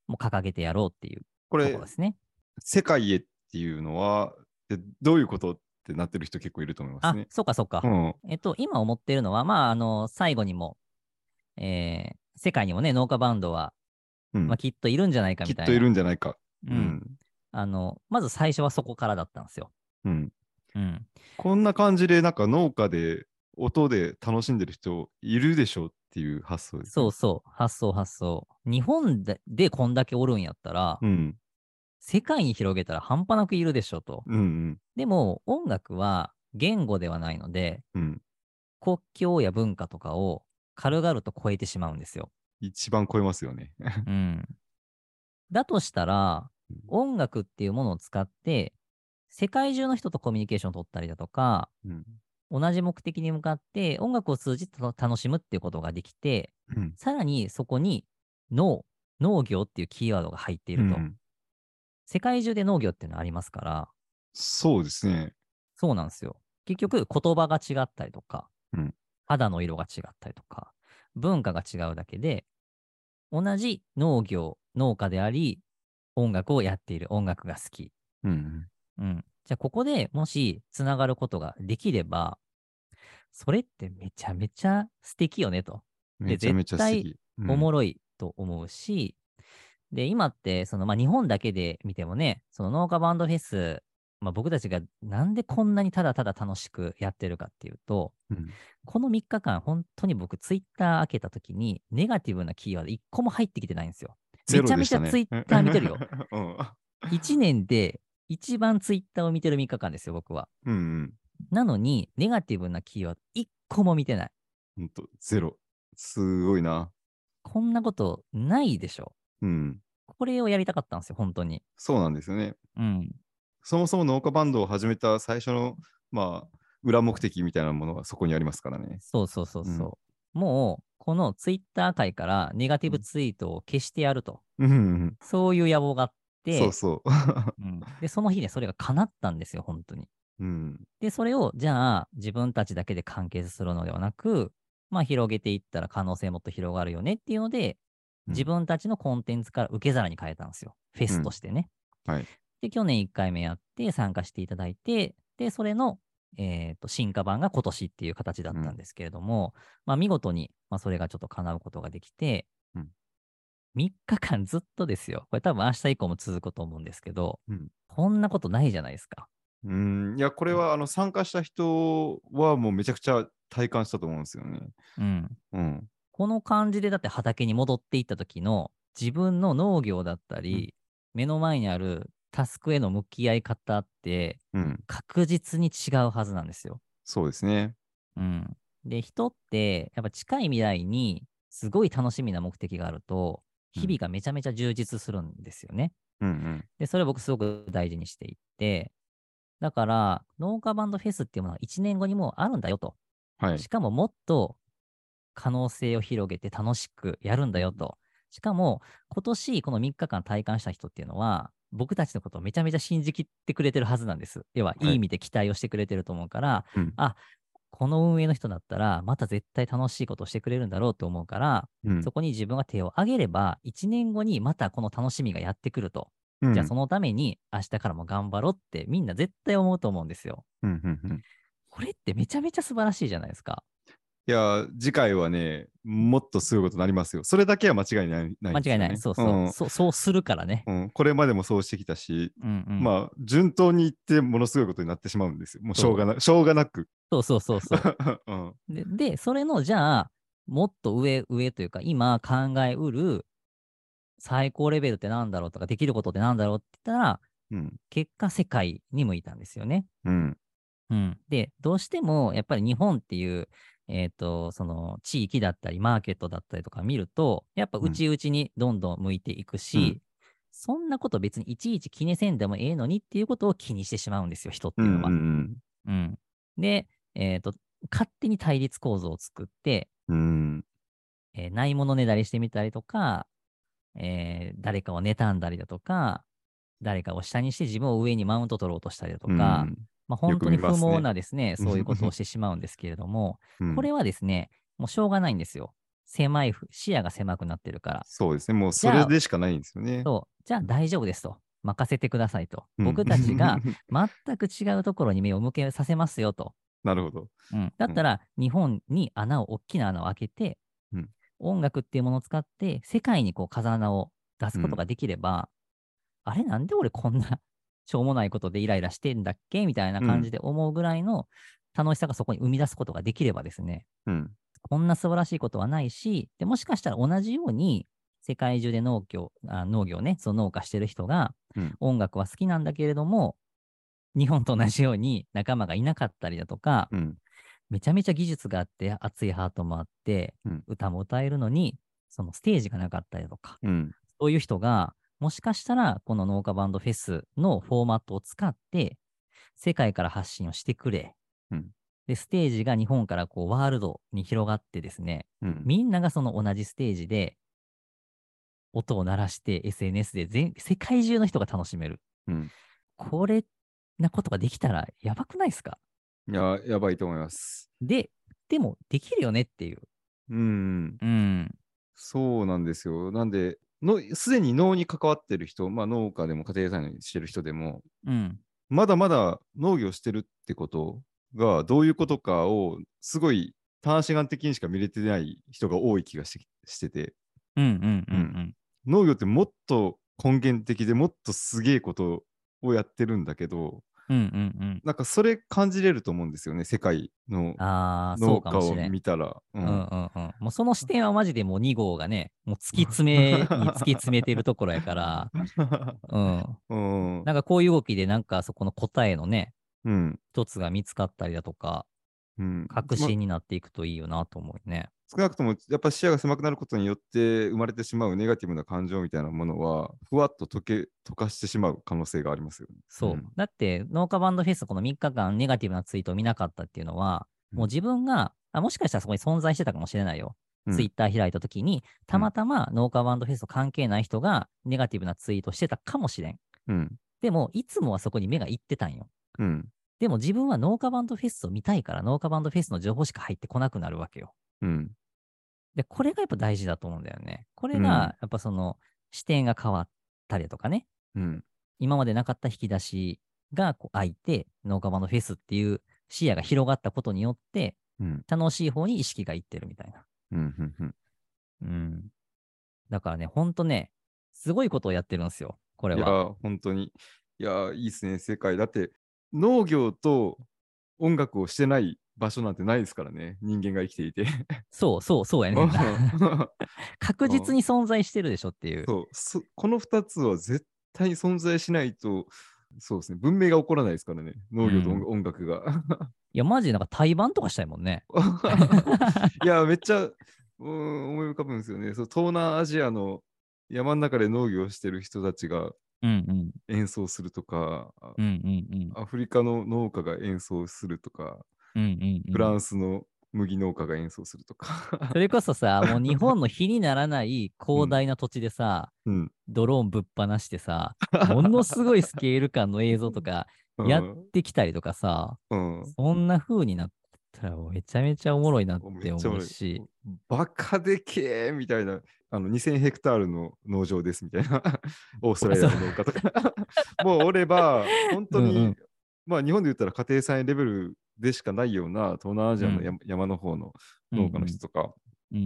Speaker 2: もう掲げてやろうっていう
Speaker 1: ことれ
Speaker 2: ころですね。
Speaker 1: 世界へっていうのはでどういうことってなってる人結構いると思いま
Speaker 2: あ
Speaker 1: すね。
Speaker 2: そうかそうか。
Speaker 1: うん、
Speaker 2: えっと、今思ってるのは、まあ、あの、最後にも、えー世界にもね、農家バンドは、
Speaker 1: うん
Speaker 2: まあ、きっといるんじゃないか
Speaker 1: き
Speaker 2: み
Speaker 1: った
Speaker 2: いな。
Speaker 1: といるんじゃないか。
Speaker 2: うん。あの、まず最初はそこからだったんですよ。
Speaker 1: うんうん
Speaker 2: うん。
Speaker 1: こんな感じでなんか農家で音で楽しんでる人いるでしょうっていう発想ですね、
Speaker 2: そうそう。発想発想。日本ででこんだけおるんやったら、
Speaker 1: うん
Speaker 2: 世界に広げたら半端なくいるでしょと。
Speaker 1: うん
Speaker 2: でも、音楽は言語ではないので、
Speaker 1: うんうん。
Speaker 2: 国境や文化とかを軽々と超えてしまうんですよ。
Speaker 1: 一番超えますよね。
Speaker 2: うん。だとしたら、音楽っていうものを使って、世界中の人とコミュニケーションを取ったりだとか、
Speaker 1: うん
Speaker 2: 同じ目的に向かって音楽を通じて楽楽しむっていうことができて、
Speaker 1: うん
Speaker 2: さらにそこに農、農業っていうキーワードが入っていると。
Speaker 1: うん
Speaker 2: 世界中で農業っていうのはありますから、
Speaker 1: そうですね。
Speaker 2: そうなんですよ。結局言葉が違ったりとか、
Speaker 1: うん
Speaker 2: 肌の色が違ったりとか、文化が違うだけで、同じ農業、農家であり、音楽をやっている、音楽が好き。
Speaker 1: うん
Speaker 2: うん。じゃあ、ここでもしつながることができれば、それってめちゃめちゃ素敵よねと。
Speaker 1: うん、めちゃめちゃ素敵。うん
Speaker 2: おもろいと思うし、で、今って、その、まあ、日本だけで見てもね、その農家バンドフェス、まあ、僕たちがなんでこんなにただただ楽しくやってるかっていうと、
Speaker 1: うん
Speaker 2: この3日間、本当に僕、ツイッター開けた時に、ネガティブなキーワード1個も入ってきてないんですよ。
Speaker 1: ゼロでした
Speaker 2: め
Speaker 1: ね
Speaker 2: ちゃめちゃ Twitter 見てるよ。
Speaker 1: うん
Speaker 2: [laughs] 1年で一番ツイッターを見てる3日間ですよ、僕は。
Speaker 1: うんうん。
Speaker 2: なのに、ネガティブなキーワード1個も見てない。
Speaker 1: ほんと、ゼロ。すごいな。
Speaker 2: こんなことないでしょ。
Speaker 1: うん。
Speaker 2: これをやりたかったんですよ、本当に。
Speaker 1: そうなんですよね。
Speaker 2: うん。
Speaker 1: そもそも農家バンドを始めた最初の、まあ、裏目的みたいなものはそこにありますからね。
Speaker 2: そうそうそうそう。もう、このツイッター界からネガティブツイートを消してやると。
Speaker 1: うんうん
Speaker 2: そういう野望があっ
Speaker 1: うん、
Speaker 2: て、
Speaker 1: そう [laughs] そ
Speaker 2: うんで、その日ね、それが叶ったんですよ、本当に。
Speaker 1: う。うん、
Speaker 2: で、それを、じゃあ、自分たちだけで完結するのではなく、まあ、広げていったら可能性もっと広がるよねっていうので、
Speaker 1: うん
Speaker 2: 自分たちのコンテンツから受け皿に変えたんですよ。フェスとしてね。
Speaker 1: うんはい
Speaker 2: で、去年1回目やって参加していただいて、で、それの、えーと進化版が今年っていう形だったんですけれども、まあ、見事に、まあ、それがちょっと叶うことができて、
Speaker 1: うん
Speaker 2: 3日間ずっとですよ。これ多分明日以降も続くと思うんですけど、
Speaker 1: うん
Speaker 2: こんなことないじゃないですか。
Speaker 1: うん、いや、これはあの参加した人はもうめちゃくちゃ体感したと思うんですよね。
Speaker 2: うん。
Speaker 1: うん、
Speaker 2: この感じでだって畑に戻っていった時の自分の農業だったり、目の前にあるタスクへの向き合い方って
Speaker 1: うん、
Speaker 2: 確実に違うはずなんですよ。
Speaker 1: そうですね。
Speaker 2: うん、で人ってやっぱ近い未来にすごい楽しみな目的があると
Speaker 1: うん
Speaker 2: 日々がめちゃめちゃ充実するんですよね。
Speaker 1: うん
Speaker 2: でそれ僕すごく大事にしていってだから農家バンドフェスっていうものは1年後にもうあるんだよと。
Speaker 1: うん、はい。
Speaker 2: しかももっと可能性を広げて楽しくやるんだよと。しかも、今年この3日間体感した人っていうのは、僕たちのことをめちゃめちゃ信じきってくれてるはずなんです。要は、
Speaker 1: い
Speaker 2: いい意味で期待をしてくれてると思うから、
Speaker 1: うん
Speaker 2: この運営の人だったら、また絶対楽しいことをしてくれるんだろうと思うから、
Speaker 1: うん
Speaker 2: そこに自分が手を挙げれば、1年後にまたこの楽しみがやってくると。
Speaker 1: うん
Speaker 2: じゃあそのために明日からも頑張ろうってみんな絶対思うと思うんですよ。
Speaker 1: うんうんうん
Speaker 2: これってめちゃめちゃ素晴らしいじゃないですか。
Speaker 1: いやー、次回はね、もっとすごいことになりますよ。それだけは間違いないない
Speaker 2: 間
Speaker 1: んですよね、
Speaker 2: 違いない。そうそう。
Speaker 1: ん
Speaker 2: そうそうするからね。
Speaker 1: うんこれまでもそうしてきたし、
Speaker 2: うんうん。
Speaker 1: まあ、順当にいって、ものすごいことになってしまうんですよ。もうしょうがなしょうがなく。 [laughs]
Speaker 2: そうそうそうそう。
Speaker 1: うん
Speaker 2: で、でそれの、じゃあ、もっと上、上というか、今考えうる最高レベルってなんだろうとか、できることってなんだろうって言ったら、
Speaker 1: うん
Speaker 2: 結果、世界に向いたんですよね。
Speaker 1: うん
Speaker 2: うん、で、どうしてもやっぱり日本っていう、えっとその地域だったり、マーケットだったりとか見ると、やっぱ
Speaker 1: うん
Speaker 2: 内々にどんどん向いていくし、
Speaker 1: うん
Speaker 2: そんなこと別にいちいち気にせんでもええのにっていうことを気にしてしまうんですよ、人って
Speaker 1: う
Speaker 2: いうんのは。
Speaker 1: うん
Speaker 2: うんで、えっと、勝手に対立構造を作って、
Speaker 1: うん
Speaker 2: えーないものねだりしてみたりとか、えー誰かを妬んだりだとか、誰かを下にして自分を上にマウント取ろうとしたりだと
Speaker 1: うん
Speaker 2: か、まあ、本当に
Speaker 1: よく見
Speaker 2: 不
Speaker 1: ますね
Speaker 2: 毛なですね、そういうことをしてしまうんですけれども、
Speaker 1: [laughs] うん
Speaker 2: これはですね、もうしょうがないんですよ。狭いふ、視野が狭くなってるから。
Speaker 1: そうですね。もう
Speaker 2: じ
Speaker 1: そ
Speaker 2: ゃ
Speaker 1: れ
Speaker 2: あ
Speaker 1: でしかないんですよね。
Speaker 2: そう、じゃあ大丈夫ですと。任せてくださいと。
Speaker 1: うん
Speaker 2: 僕たちが全く違うところに目を向けさせますよと。
Speaker 1: [laughs] なるほど。
Speaker 2: うん、だったら、日本に穴を、大きな穴を開けて、
Speaker 1: うん
Speaker 2: 音楽っていうものを使って、世界にこう風穴を出すことができれば、あれ、なんで俺こんな [laughs] しょうもないことでイライラしてんだっけみたいな感じで思うぐらいの楽しさがそこに生み出すことができればですね、
Speaker 1: うん
Speaker 2: こんな素晴らしいことはないし、でもしかしたら同じように、世界中で農業、あ農業ね、その農家してる人が
Speaker 1: うん、
Speaker 2: 音楽は好きなんだけれども、日本と同じように仲間がいなかったりだとか、
Speaker 1: うん
Speaker 2: めちゃめちゃ技術があって、熱いハートもあって、
Speaker 1: うん
Speaker 2: 歌も歌えるのに、そのステージがなかったりとか、
Speaker 1: うん
Speaker 2: そういう人が、もしかしたら、この農家バンドフェスのフォーマットを使って、世界から発信をしてくれ。
Speaker 1: うん
Speaker 2: で、ステージが日本からこう、ワールドに広がってですね、
Speaker 1: うん
Speaker 2: みんながその同じステージで、音を鳴らして SNS で全世界中の人が楽しめる。
Speaker 1: うん
Speaker 2: これなことができたらやばくないですか
Speaker 1: いや、やばいと思います。
Speaker 2: で、でもできるよねっていう。
Speaker 1: うん。
Speaker 2: うん。
Speaker 1: そうなんですよ。なんで、のすでに農に関わってる人、まあ、農家でも家庭菜園してる人でも、
Speaker 2: うん。
Speaker 1: まだまだ農業してるってことがどういうことかをすごい単視眼的にしか見れてない人が多い気がしてきしてて
Speaker 2: うんうんうん
Speaker 1: 農業ってもっと根源的でもっとすげえことをやってるんだけど
Speaker 2: うん。うんうん
Speaker 1: なんかそれ感じれると思うんですよね世界の
Speaker 2: うん。ああ、そ
Speaker 1: 農
Speaker 2: うか
Speaker 1: 家
Speaker 2: もし
Speaker 1: を
Speaker 2: れん。
Speaker 1: 見たら。う
Speaker 2: うんんうんうん。もうその視点はマジでもう2号がね、もう突き詰めに突き詰めてるところやから、うん。
Speaker 1: [laughs] うん
Speaker 2: なんかこういう動きでなんかそこの答えのね、
Speaker 1: うん
Speaker 2: 一つが見つかったりだとか、
Speaker 1: うん
Speaker 2: 確
Speaker 1: ま
Speaker 2: 信になっていくといいよなと思うね。
Speaker 1: 少なくともやっぱ視野が狭くなることによって生まれてしまうネガティブな感情みたいなものはふわっと溶け溶かしてしまう可能性がありますよね。
Speaker 2: そう。
Speaker 1: うん
Speaker 2: だって、農家バンドフェスこの3日間ネガティブなツイートを見なかったっていうのは、
Speaker 1: うん
Speaker 2: もう自分が、あもしかしたらそこに存在してたかもしれないよ。
Speaker 1: うん
Speaker 2: ツイッター開いた時に、たまたま農家バンドフェスと関係ない人がネガティブなツイートしてたかもしれん。
Speaker 1: うん
Speaker 2: でも、いつもはそこに目がいってたんよ。
Speaker 1: うん
Speaker 2: でも自分は農家バンドフェスを見たいから、農家バンドフェスの情報しか入ってこなくなるわけよ。
Speaker 1: うん
Speaker 2: で、これがやっぱ大事だと思うんだよね。これが、やっぱその、視点が変わったりだとかね、
Speaker 1: うん
Speaker 2: 今までなかった引き出しがこう開いて、農家場のフェスっていう視野が広がったことによって、
Speaker 1: うん
Speaker 2: 楽しい方に意識がいってるみたいな。
Speaker 1: うんうんうん
Speaker 2: うん。だからね、ほんとね、すごいことをやってるんですよ、これ
Speaker 1: いや
Speaker 2: は。
Speaker 1: ー、本当に。いやー、いいですね、世界。だって、農業と音楽をしてない場所なんてないですからね、人間が生きていて。
Speaker 2: そうそうそうやねんな [laughs] 確実に存在してるでしょっていう。
Speaker 1: そうそこの2つは絶対に存在しないと、そうですね、文明が起こらないですからね、農業と音,、音楽が。
Speaker 2: いや、マジでなんか対バンとかしたいもんね。
Speaker 1: いやー、めっちゃうーん思い浮かぶんですよね。そう東南アジアの山の中で農業をしてる人たちが
Speaker 2: うんうん。
Speaker 1: 演奏するとか、
Speaker 2: うんうんうん。
Speaker 1: アフリカの農家が演奏するとか、
Speaker 2: うんうんうん、
Speaker 1: フランスの麦農家が演奏するとか。 [laughs]
Speaker 2: それこそ [laughs] さ、もう日本の比にならない広大な土地でさ、
Speaker 1: うん。
Speaker 2: ドローンぶっ放してさ、 [laughs] ものすごいスケール感の映像とかやってきたりとかさ、
Speaker 1: うん。
Speaker 2: そんな風になったらめちゃめちゃおもろいなっ
Speaker 1: め
Speaker 2: て
Speaker 1: っちゃお
Speaker 2: 思
Speaker 1: も
Speaker 2: う
Speaker 1: ろい
Speaker 2: し、
Speaker 1: バカでけえみたいな、あの2000ヘクタールの農場ですみた
Speaker 2: [laughs]
Speaker 1: いな、オーストラリアの農家とか、もうおれば、本当に、
Speaker 2: うんうん
Speaker 1: まあ日本で言ったら家庭菜園レベルでしかないような東南アジアの
Speaker 2: うん
Speaker 1: 山,、山の方の農家の人とか、
Speaker 2: うんうん、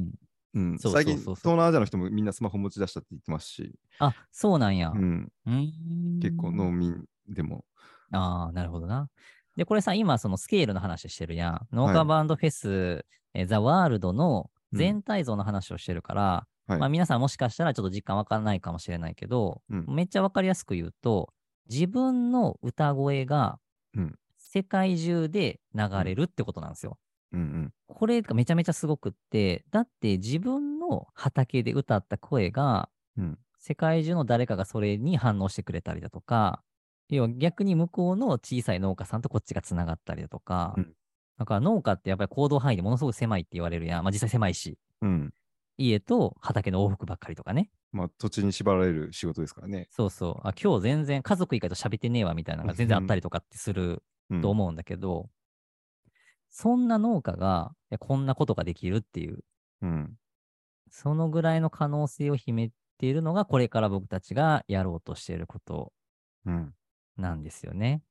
Speaker 2: うん
Speaker 1: うん
Speaker 2: そう
Speaker 1: 最近
Speaker 2: そうそうそ
Speaker 1: 東
Speaker 2: う
Speaker 1: 南アジアの人もみんなスマホ持ち出したって言ってますし、
Speaker 2: あ、そうなんや。
Speaker 1: うん、
Speaker 2: うーん
Speaker 1: 結構農民でも。
Speaker 2: ああ、なるほどな。で、これさ、今、そのスケールの話してるやん。農
Speaker 1: は
Speaker 2: 家
Speaker 1: い
Speaker 2: バンドフェス、えザ・ワールドの
Speaker 1: うん
Speaker 2: 全体像の話をしてるから、
Speaker 1: はい
Speaker 2: まあ皆さんもしかしたらちょっと実感わからないかもしれないけど、
Speaker 1: うん
Speaker 2: めっちゃわかりやすく言うと、自分の歌声が
Speaker 1: うん
Speaker 2: 世界中で流れるってことなんですよ。
Speaker 1: うん
Speaker 2: これがめちゃめちゃすごくって、だって自分の畑で歌った声が、
Speaker 1: うんうん
Speaker 2: 世界中の誰かがそれに反応してくれたりだとか、要は逆に向こうの小さい農家さんとこっちがつながったりだとか、
Speaker 1: うん
Speaker 2: だから農家ってやっぱり行動範囲でものすごく狭いって言われるやん。まあ実際狭いし、
Speaker 1: うん
Speaker 2: 家と畑の往復ばっかりとかね。
Speaker 1: まあ土地に縛られる仕事ですからね。
Speaker 2: そうそう。あ、今日全然家族以外と喋ってねえわみたいなのが全然あったりとかってする
Speaker 1: うん
Speaker 2: と思うんだけど、そんな農家がいやこんなことができるっていう、
Speaker 1: うん
Speaker 2: そのぐらいの可能性を秘めているのがこれから僕たちがやろうとしていること
Speaker 1: うん
Speaker 2: なんですよね。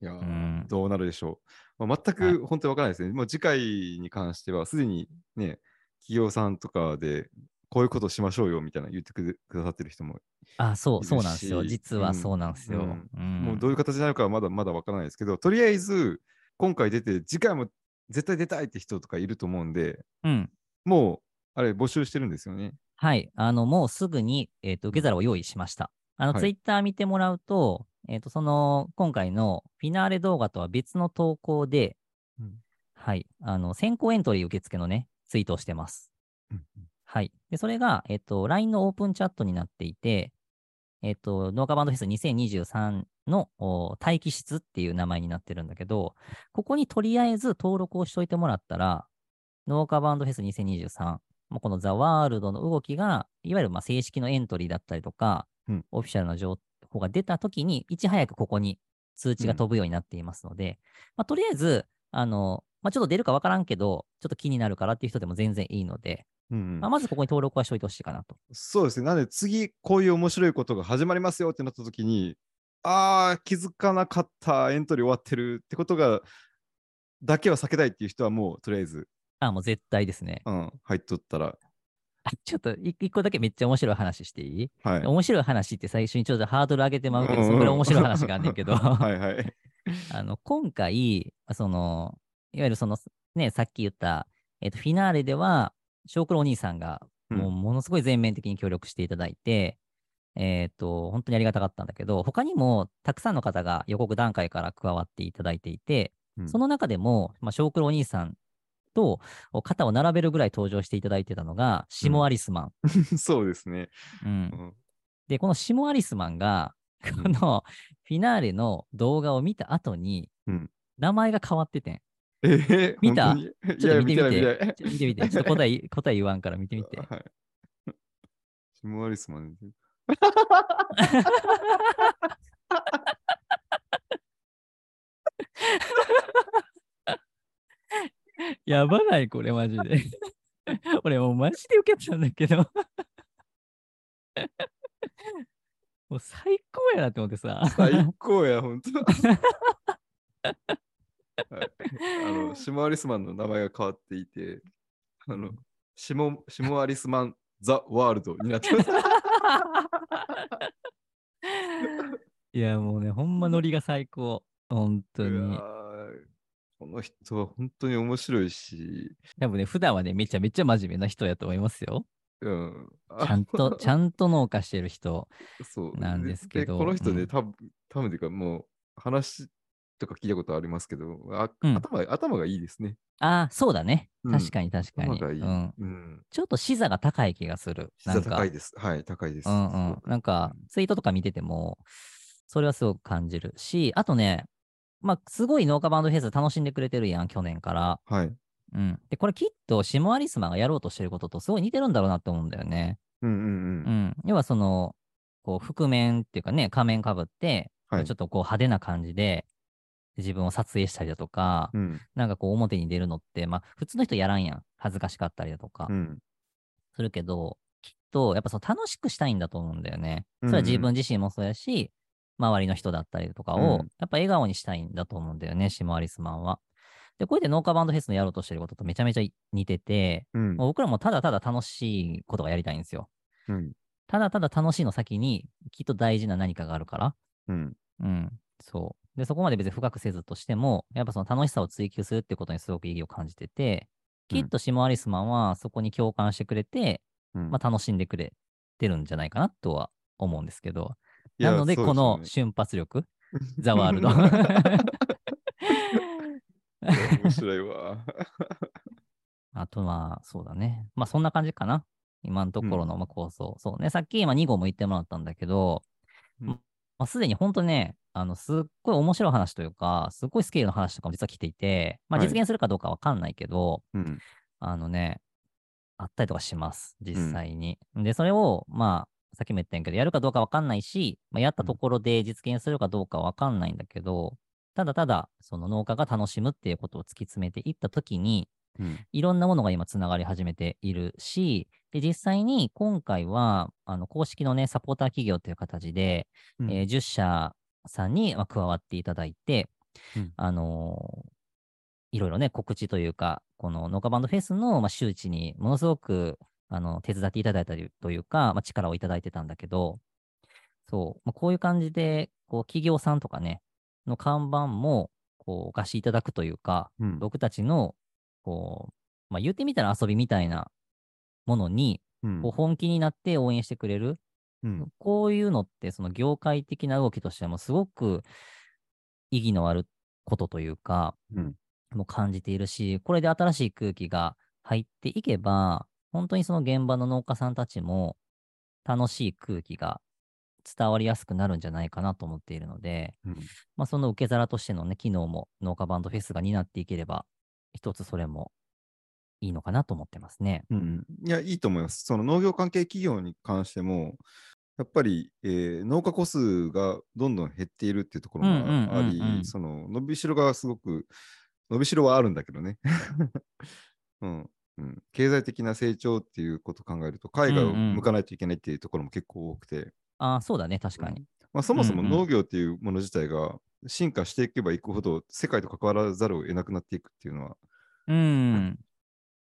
Speaker 1: いやー、
Speaker 2: うん
Speaker 1: どうなるでしょう。まあ、全
Speaker 2: はい
Speaker 1: く本当にわからないですね。もう次回に関しては、すでにね、企業さんとかで、こういうことしましょうよみたいな言ってくくださってる人も、
Speaker 2: あ、
Speaker 1: い
Speaker 2: そ、
Speaker 1: うる
Speaker 2: そうなんですよ。
Speaker 1: し
Speaker 2: 実
Speaker 1: う
Speaker 2: は
Speaker 1: ん
Speaker 2: そうなんですよ。
Speaker 1: うん
Speaker 2: ん
Speaker 1: もうどういう形になるかはまだまだわからないですけど、とりあえず、今回出て、次回も絶対出たいって人とかいると思うんで、
Speaker 2: うん
Speaker 1: もう、あれ、募集してるんですよね。
Speaker 2: はい。あの、もうすぐに、えっ、と、受け皿を用意しました。あの、
Speaker 1: はい
Speaker 2: ツイッター見てもらうと、えっ、と、その、今回のフィナーレ動画とは別の投稿で、
Speaker 1: うん
Speaker 2: はい。あの、先行エントリー受付のね、ツイートをしてます。はい。で、それが、えっ、と、LINE のオープンチャットになっていて、えっ、と、農家バンドフェス2023のお待機室っていう名前になってるんだけど、ここにとりあえず登録をしといてもらったら、農家バンドフェス2023、もうこのザ・ワールドの動きが、いわゆるまあ正式のエントリーだったりとか、
Speaker 1: うん
Speaker 2: オフィシャルな情報が出たときに、いち早くここに通知が飛ぶようになっていますので、まあ、とりあえず、あの、まあ、ちょっと出るかわからんけど、ちょっと気になるからっていう人でも全然いいので、
Speaker 1: うんうん
Speaker 2: まあ、まずここに登録はしといてほしいかなと。
Speaker 1: そうですね。なので、次、こういう面白いことが始まりますよってなった時に、あー、気づかなかった、エントリー終わってるってことが、だけは避けたいっていう人は、もう、とりあえず、
Speaker 2: あ、もう絶対ですね。
Speaker 1: うん、入っとったら、
Speaker 2: あちょっとい一個だけめっちゃ面白い話していい、
Speaker 1: はい。
Speaker 2: [laughs] 面白い話って最初にちょっとハードル上げてまうけ
Speaker 1: う
Speaker 2: ど、
Speaker 1: んうん
Speaker 2: そこで面白い話があんねん
Speaker 1: [laughs]
Speaker 2: けど、
Speaker 1: はいはい。
Speaker 2: あの、今回、その、いわゆるその、ね、さっき言った、えっと、フィナーレでは、小黒お兄さんが、
Speaker 1: うん
Speaker 2: もう、ものすごい全面的に協力していただいて、えっと、本当にありがたかったんだけど、他にも、たくさんの方が予告段階から加わっていただいていて、
Speaker 1: うん
Speaker 2: その中でも、まあ、小黒お兄さんとお肩を並べるぐらい登場していただいてたのが、シモアリスマン。
Speaker 1: [laughs] そうですね。
Speaker 2: うん
Speaker 1: うん
Speaker 2: で、このシモアリスマンが、こ
Speaker 1: うん
Speaker 2: のフィナーレの動画を見た後に
Speaker 1: うん、
Speaker 2: 名前が変わっててん。
Speaker 1: えー、
Speaker 2: 見た
Speaker 1: 本当に
Speaker 2: ちょっと見てみて
Speaker 1: いやいや見ない
Speaker 2: ちょ見てみて、ちょっと答え、 [laughs] 答え言わんから見てみて。
Speaker 1: [laughs] はい。シモアリスマン。
Speaker 2: [laughs] やばない、これマジで。 [laughs] 俺もうマジで受けたんだ [laughs] けど。もう最高やなって思ってさ。
Speaker 1: 最高や、本当。 [laughs] はいあの、シモアリスマンの名前が変わっていて、あの、シモ、シモアリスマン・ザ・ワールドになってます。
Speaker 2: [laughs] いや、もうね、ほんまノリが最高。本当
Speaker 1: いや
Speaker 2: に。
Speaker 1: ーこの人は本当に面白いし、
Speaker 2: 多分ね、普段はね、めちゃめちゃ真面目な人やと思いますよ。
Speaker 1: うん。
Speaker 2: ちゃん
Speaker 1: [laughs]
Speaker 2: と、ちゃんと農家してる人。
Speaker 1: そう
Speaker 2: なんですけど
Speaker 1: この人
Speaker 2: う
Speaker 1: ね、
Speaker 2: ん
Speaker 1: 多分多分というか、もう話とか聞いたことありますけど、あ
Speaker 2: うん
Speaker 1: 頭頭がいいですね。
Speaker 2: ああ、そうだね。
Speaker 1: うん
Speaker 2: 確かに確か
Speaker 1: 頭
Speaker 2: に。
Speaker 1: がいい。
Speaker 2: うん。
Speaker 1: うん。
Speaker 2: ちょっと視座が高い気がする。な
Speaker 1: 膝
Speaker 2: んか
Speaker 1: 高いです。はい、高いです。
Speaker 2: うんうん。なんか、ツイートとか見てても、それはすごく感じるし、あとね、まあ、すごい農家バンドフェス楽しんでくれてるやん、去年から。
Speaker 1: はい。
Speaker 2: うん。で、これきっとシモアリスマがやろうとしてることとすごい似てるんだろうなって思うんだよね。
Speaker 1: うんうんう。
Speaker 2: うんん。要はその、こう、覆面っていうかね、仮面かぶって、
Speaker 1: はい
Speaker 2: ちょっとこう派手な感じで、自分を撮影したりだとか、
Speaker 1: うん
Speaker 2: なんかこう表に出るのって、まあ普通の人やらんやん。恥ずかしかったりだとか
Speaker 1: うん
Speaker 2: するけど、きっとやっぱその楽しくしたいんだと思うんだよね。
Speaker 1: うんうん
Speaker 2: それは自分自身もそうやし、周りの人だったりとか
Speaker 1: うん
Speaker 2: を、やっぱ笑顔にしたいんだと思うんだよね、シマアリスマンは。で、こうやって農家バンドフェスのやろうとしてることとめちゃめちゃ似てて、
Speaker 1: うん
Speaker 2: もう僕らもただただ楽しいことがやりたいんですよ。
Speaker 1: うん
Speaker 2: ただただ楽しいの先に、きっと大事な何かがあるから、
Speaker 1: うん
Speaker 2: うん、そう。で、そこまで別に深くせずとしても、やっぱその楽しさを追求するってことにすごく意義を感じてて、
Speaker 1: うん
Speaker 2: きっとシモアリスマンはそこに共感してくれて、
Speaker 1: うん
Speaker 2: まあ、楽しんでくれてるんじゃないかなとは思うんですけど、
Speaker 1: いや
Speaker 2: なので、
Speaker 1: そう
Speaker 2: こ
Speaker 1: すよ
Speaker 2: の
Speaker 1: ね
Speaker 2: 瞬
Speaker 1: [laughs]
Speaker 2: 発力、ザワールド。 [laughs]
Speaker 1: 面白い
Speaker 2: [laughs]
Speaker 1: わ。
Speaker 2: あとは、そうだね。まあ、そんな感じかな。今のところのまあ構想。そうね。さっき今2号も言ってもらったんだけど、
Speaker 1: うん
Speaker 2: まあ、すでに本当ね、あの、すっごい面白い話というか、すっごいスケールの話とかも実は来ていて、まあ、
Speaker 1: はい
Speaker 2: 実現するかどうかわかんないけど、
Speaker 1: うん
Speaker 2: あのね、あったりとかします。実際に。で、それを、まあ、さっきも言ったんやけど、やるかどうかわかんないし、まあ、やったところで実現するかどうかわかんないんだけど、ただただ、その農家が楽しむっていうことを突き詰めていったときに、
Speaker 1: うん
Speaker 2: いろんなものが今つながり始めているし、で実際に今回はあの公式の、ね、サポーター企業という形で、
Speaker 1: うん
Speaker 2: えー10社さんに、まあ、加わっていただいて、
Speaker 1: うん
Speaker 2: あのーいろいろね、告知というか、この農家バンドフェスの、まあ、周知にものすごくあの手伝っていただいたりというか、まあ、力をいただいてたんだけど、そう、まあ、こういう感じで、こう企業さんとかね、の看板もこうお貸しいただくというか、
Speaker 1: うん
Speaker 2: 僕たちの、こう、まあ、言ってみたら遊びみたいなものに、
Speaker 1: うん
Speaker 2: こう本気になって応援してくれる、
Speaker 1: うん
Speaker 2: こういうのって、その業界的な動きとしても、すごく意義のあることというか、
Speaker 1: うん
Speaker 2: もう感じているし、これで新しい空気が入っていけば、本当にその現場の農家さんたちも、楽しい空気が伝わりやすくなるんじゃないかなと思っているので、
Speaker 1: うん
Speaker 2: まあ、その受け皿としてのね、機能も農家バンドフェスが担っていければ、一つそれもいいのかなと思ってますね。
Speaker 1: うんいや、いいと思います。その農業関係企業に関しても、やっぱり、えー農家個数がどんどん減っているっていうところ
Speaker 2: うんうんうんうん
Speaker 1: もあり、その伸びしろがすごく、伸びしろはあるんだけどね、 [laughs] うんうん。経済的な成長っていうことを考えると、海外を
Speaker 2: うんうん
Speaker 1: 向かないといけないっていうところも結構多くて、
Speaker 2: ああ、そうだね、確かに。
Speaker 1: まあ、そもそも
Speaker 2: うんうん
Speaker 1: 農業っていうもの自体が進化していけばいくほど、世界と関わらざるを得なくなっていくっていうのは、
Speaker 2: うん。うん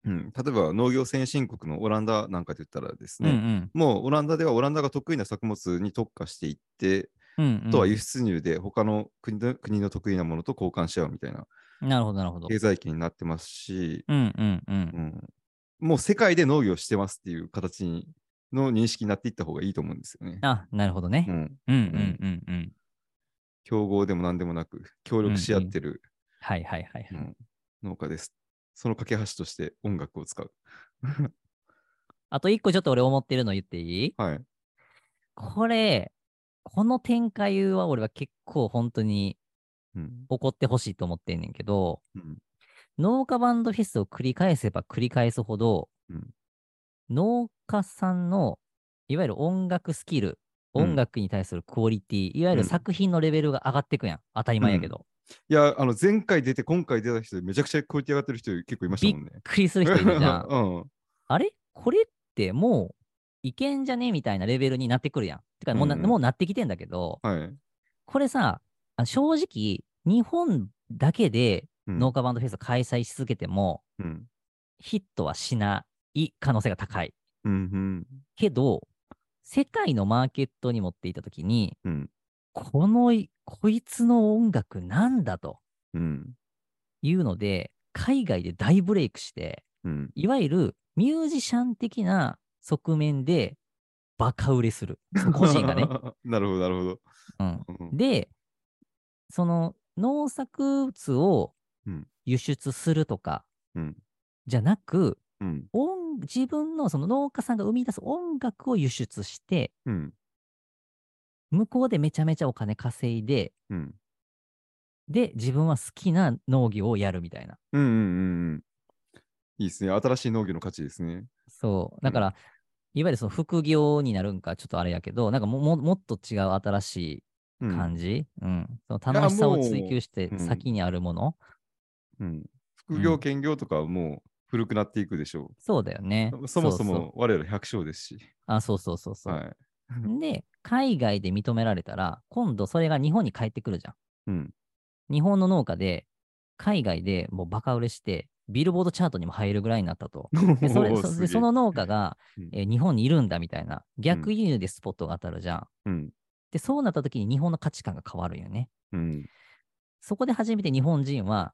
Speaker 1: うん、例えば農業先進国のオランダなんかで言ったらです
Speaker 2: うんう
Speaker 1: ね、
Speaker 2: ん。
Speaker 1: もうオランダではオランダが得意な作物に特化していって、
Speaker 2: うんうん
Speaker 1: あとは輸出入で他の国の国の得意なものと交換し合うみたいな
Speaker 2: なるほど、なるほど。
Speaker 1: 経済圏になってますし、
Speaker 2: うんうんう
Speaker 1: う
Speaker 2: ん。
Speaker 1: ん、もう世界で農業してますっていう形にの認識になっていった方がいいと思うんですよね。
Speaker 2: あ、なるほど
Speaker 1: う
Speaker 2: ね。
Speaker 1: ん、
Speaker 2: うんうんうんうん。
Speaker 1: 競合でも何でもなく協力し合ってる、
Speaker 2: はいはいはいはい。
Speaker 1: うん農家です。その架け橋として音楽を使う。 [laughs]
Speaker 2: あと一個ちょっと俺思ってるの言っていい
Speaker 1: はい。
Speaker 2: これ、この展開は俺は結構本当に
Speaker 1: うん
Speaker 2: 怒ってほしいと思ってんねんけど、
Speaker 1: うん
Speaker 2: 農家バンドフェスを繰り返せば繰り返すほど、
Speaker 1: うん
Speaker 2: 農家さんのいわゆる音楽スキル、
Speaker 1: うん
Speaker 2: 音楽に対するクオリティ、いわ
Speaker 1: う
Speaker 2: ゆる
Speaker 1: ん
Speaker 2: 作品のレベルが上がってくやん。当たり前やけど。
Speaker 1: いや、あの前回出て、今回出た人でめちゃくちゃクオリティ上がってる人結構いましたもんね。
Speaker 2: [laughs] クリする人いるじゃん。
Speaker 1: [laughs] うん
Speaker 2: あれこれってもういけんじゃねみたいなレベルになってくるやん。てかもうな、
Speaker 1: うんうん
Speaker 2: もうなってきてんだけど、
Speaker 1: はい。
Speaker 2: これさ、あ正直、日本だけで
Speaker 1: うん
Speaker 2: 農家バンドフェスを開催し続けても、
Speaker 1: うん。
Speaker 2: ヒットはしない可能性が高い。
Speaker 1: うんうん。
Speaker 2: けど、世界のマーケットに持っていたときに、
Speaker 1: うん
Speaker 2: このい、こいつの音楽なんだと
Speaker 1: うん。
Speaker 2: いうので、海外で大ブレイクして、
Speaker 1: うん。
Speaker 2: いわゆるミュージシャン的な側面でバカ売れする。その個人がね。。
Speaker 1: [laughs] なるほど、なるほど。
Speaker 2: うん
Speaker 1: うん
Speaker 2: で、その農作物を
Speaker 1: うん
Speaker 2: 輸出するとか
Speaker 1: うん。
Speaker 2: じゃなく、
Speaker 1: うん。
Speaker 2: 音自分のその農家さんが生み出す音楽を輸出して、
Speaker 1: うん。
Speaker 2: 向こうでめちゃめちゃお金稼いで、
Speaker 1: うん。
Speaker 2: で、自分は好きな農業をやるみたいな。
Speaker 1: うん。うん。いいですね。新しい農業の価値ですね。
Speaker 2: そう。だから、いわゆるその副業になるんか、ちょっとあれやけど、なんかもももっと違う新し
Speaker 1: う
Speaker 2: い
Speaker 1: ん
Speaker 2: 感じ、うんそ
Speaker 1: い
Speaker 2: の
Speaker 1: や
Speaker 2: 楽しさを
Speaker 1: もう
Speaker 2: 追求して
Speaker 1: うん
Speaker 2: 先にあるもの、
Speaker 1: うん、副
Speaker 2: う
Speaker 1: 業、
Speaker 2: ん
Speaker 1: 兼業とかはもう古くなっていくでしょ
Speaker 2: そうだよ
Speaker 1: う。
Speaker 2: ね。
Speaker 1: そもそう
Speaker 2: う
Speaker 1: も我ら百姓ですし。
Speaker 2: あ、そうそうそうそう。
Speaker 1: はい。
Speaker 2: で、海外で認められたら、今度それが日本に帰ってくるじゃん。
Speaker 1: うん。
Speaker 2: 日本の農家で、海外でもうバカ売れして、ビルボードチャートにも入るぐらいになっ
Speaker 1: [laughs]
Speaker 2: たと。でそれ
Speaker 1: おー
Speaker 2: そ
Speaker 1: すげ
Speaker 2: で
Speaker 1: え
Speaker 2: その農家が、
Speaker 1: うん
Speaker 2: えー日本にいるんだみたいな、逆輸入でスポットが当たるじゃん。
Speaker 1: うん。
Speaker 2: で、そうなった時に日本の価値観が変わるよね。
Speaker 1: うん。
Speaker 2: そこで初めて日本人は、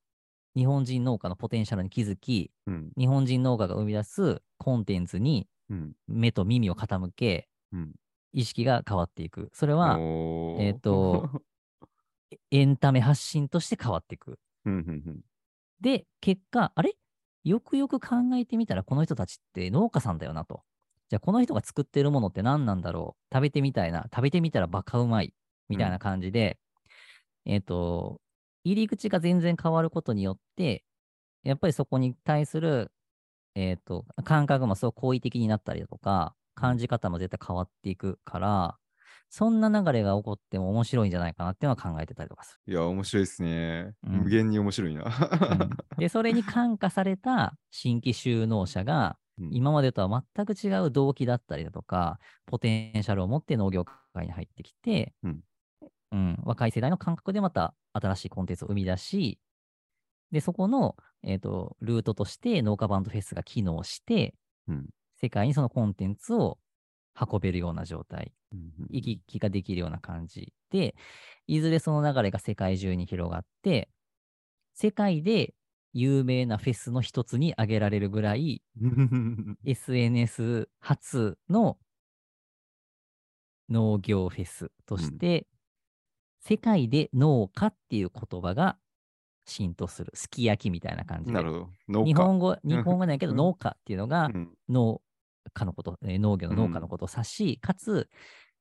Speaker 2: 日本人農家のポテンシャルに気づき、
Speaker 1: うん。
Speaker 2: 日本人農家が生み出すコンテンツに
Speaker 1: うん。
Speaker 2: 目と耳を傾け、
Speaker 1: うん
Speaker 2: 意識が変わっていく。それは
Speaker 1: おー
Speaker 2: えーと、エンタメ発信として変わっていく。
Speaker 1: [laughs] うんうんうん
Speaker 2: で、結果、あれよくよく考えてみたら、この人たちって農家さんだよなと。じゃあ、この人が作ってるものって何なんだろう食べてみたいな。食べてみたらバカうまい。みたいな感じで、えっ、と、入り口が全然変わることによって、やっぱりそこに対する、えっ、と、感覚もそう好意的になったりだとか、感じ方も絶対変わっていくから、そんな流れが起こっても面白いんじゃないかなっていうのは考えてたりとかする。
Speaker 1: いや、面白いですね。
Speaker 2: うん
Speaker 1: 無限に面白いな。
Speaker 2: うんで、それに感化された新規就農者が、
Speaker 1: うん
Speaker 2: 今までとは全く違う動機だったりだとか、ポテンシャルを持って農業界に入ってきて、
Speaker 1: うん
Speaker 2: うん若い世代の感覚でまた新しいコンテンツを生み出し、で、そこの、えー、とルートとして農家バンドフェスが機能して、
Speaker 1: うん
Speaker 2: 世界にそのコンテンツを運べるような状態、
Speaker 1: [laughs] うんうん
Speaker 2: 行き来ができるような感じで、いずれその流れが世界中に広がって、世界で有名なフェスの一つに挙げられるぐらい、SNS 初の農業フェスとして、世界で農家っていう言葉が浸透する。すき焼きみたいな感じで。
Speaker 1: なるほど。農家
Speaker 2: 日本語、日本語なんやけど、
Speaker 1: うん
Speaker 2: 農家っていうのが
Speaker 1: うん
Speaker 2: 農家のこと、えー農業の農
Speaker 1: う
Speaker 2: 家
Speaker 1: ん
Speaker 2: のことを指し、かつ、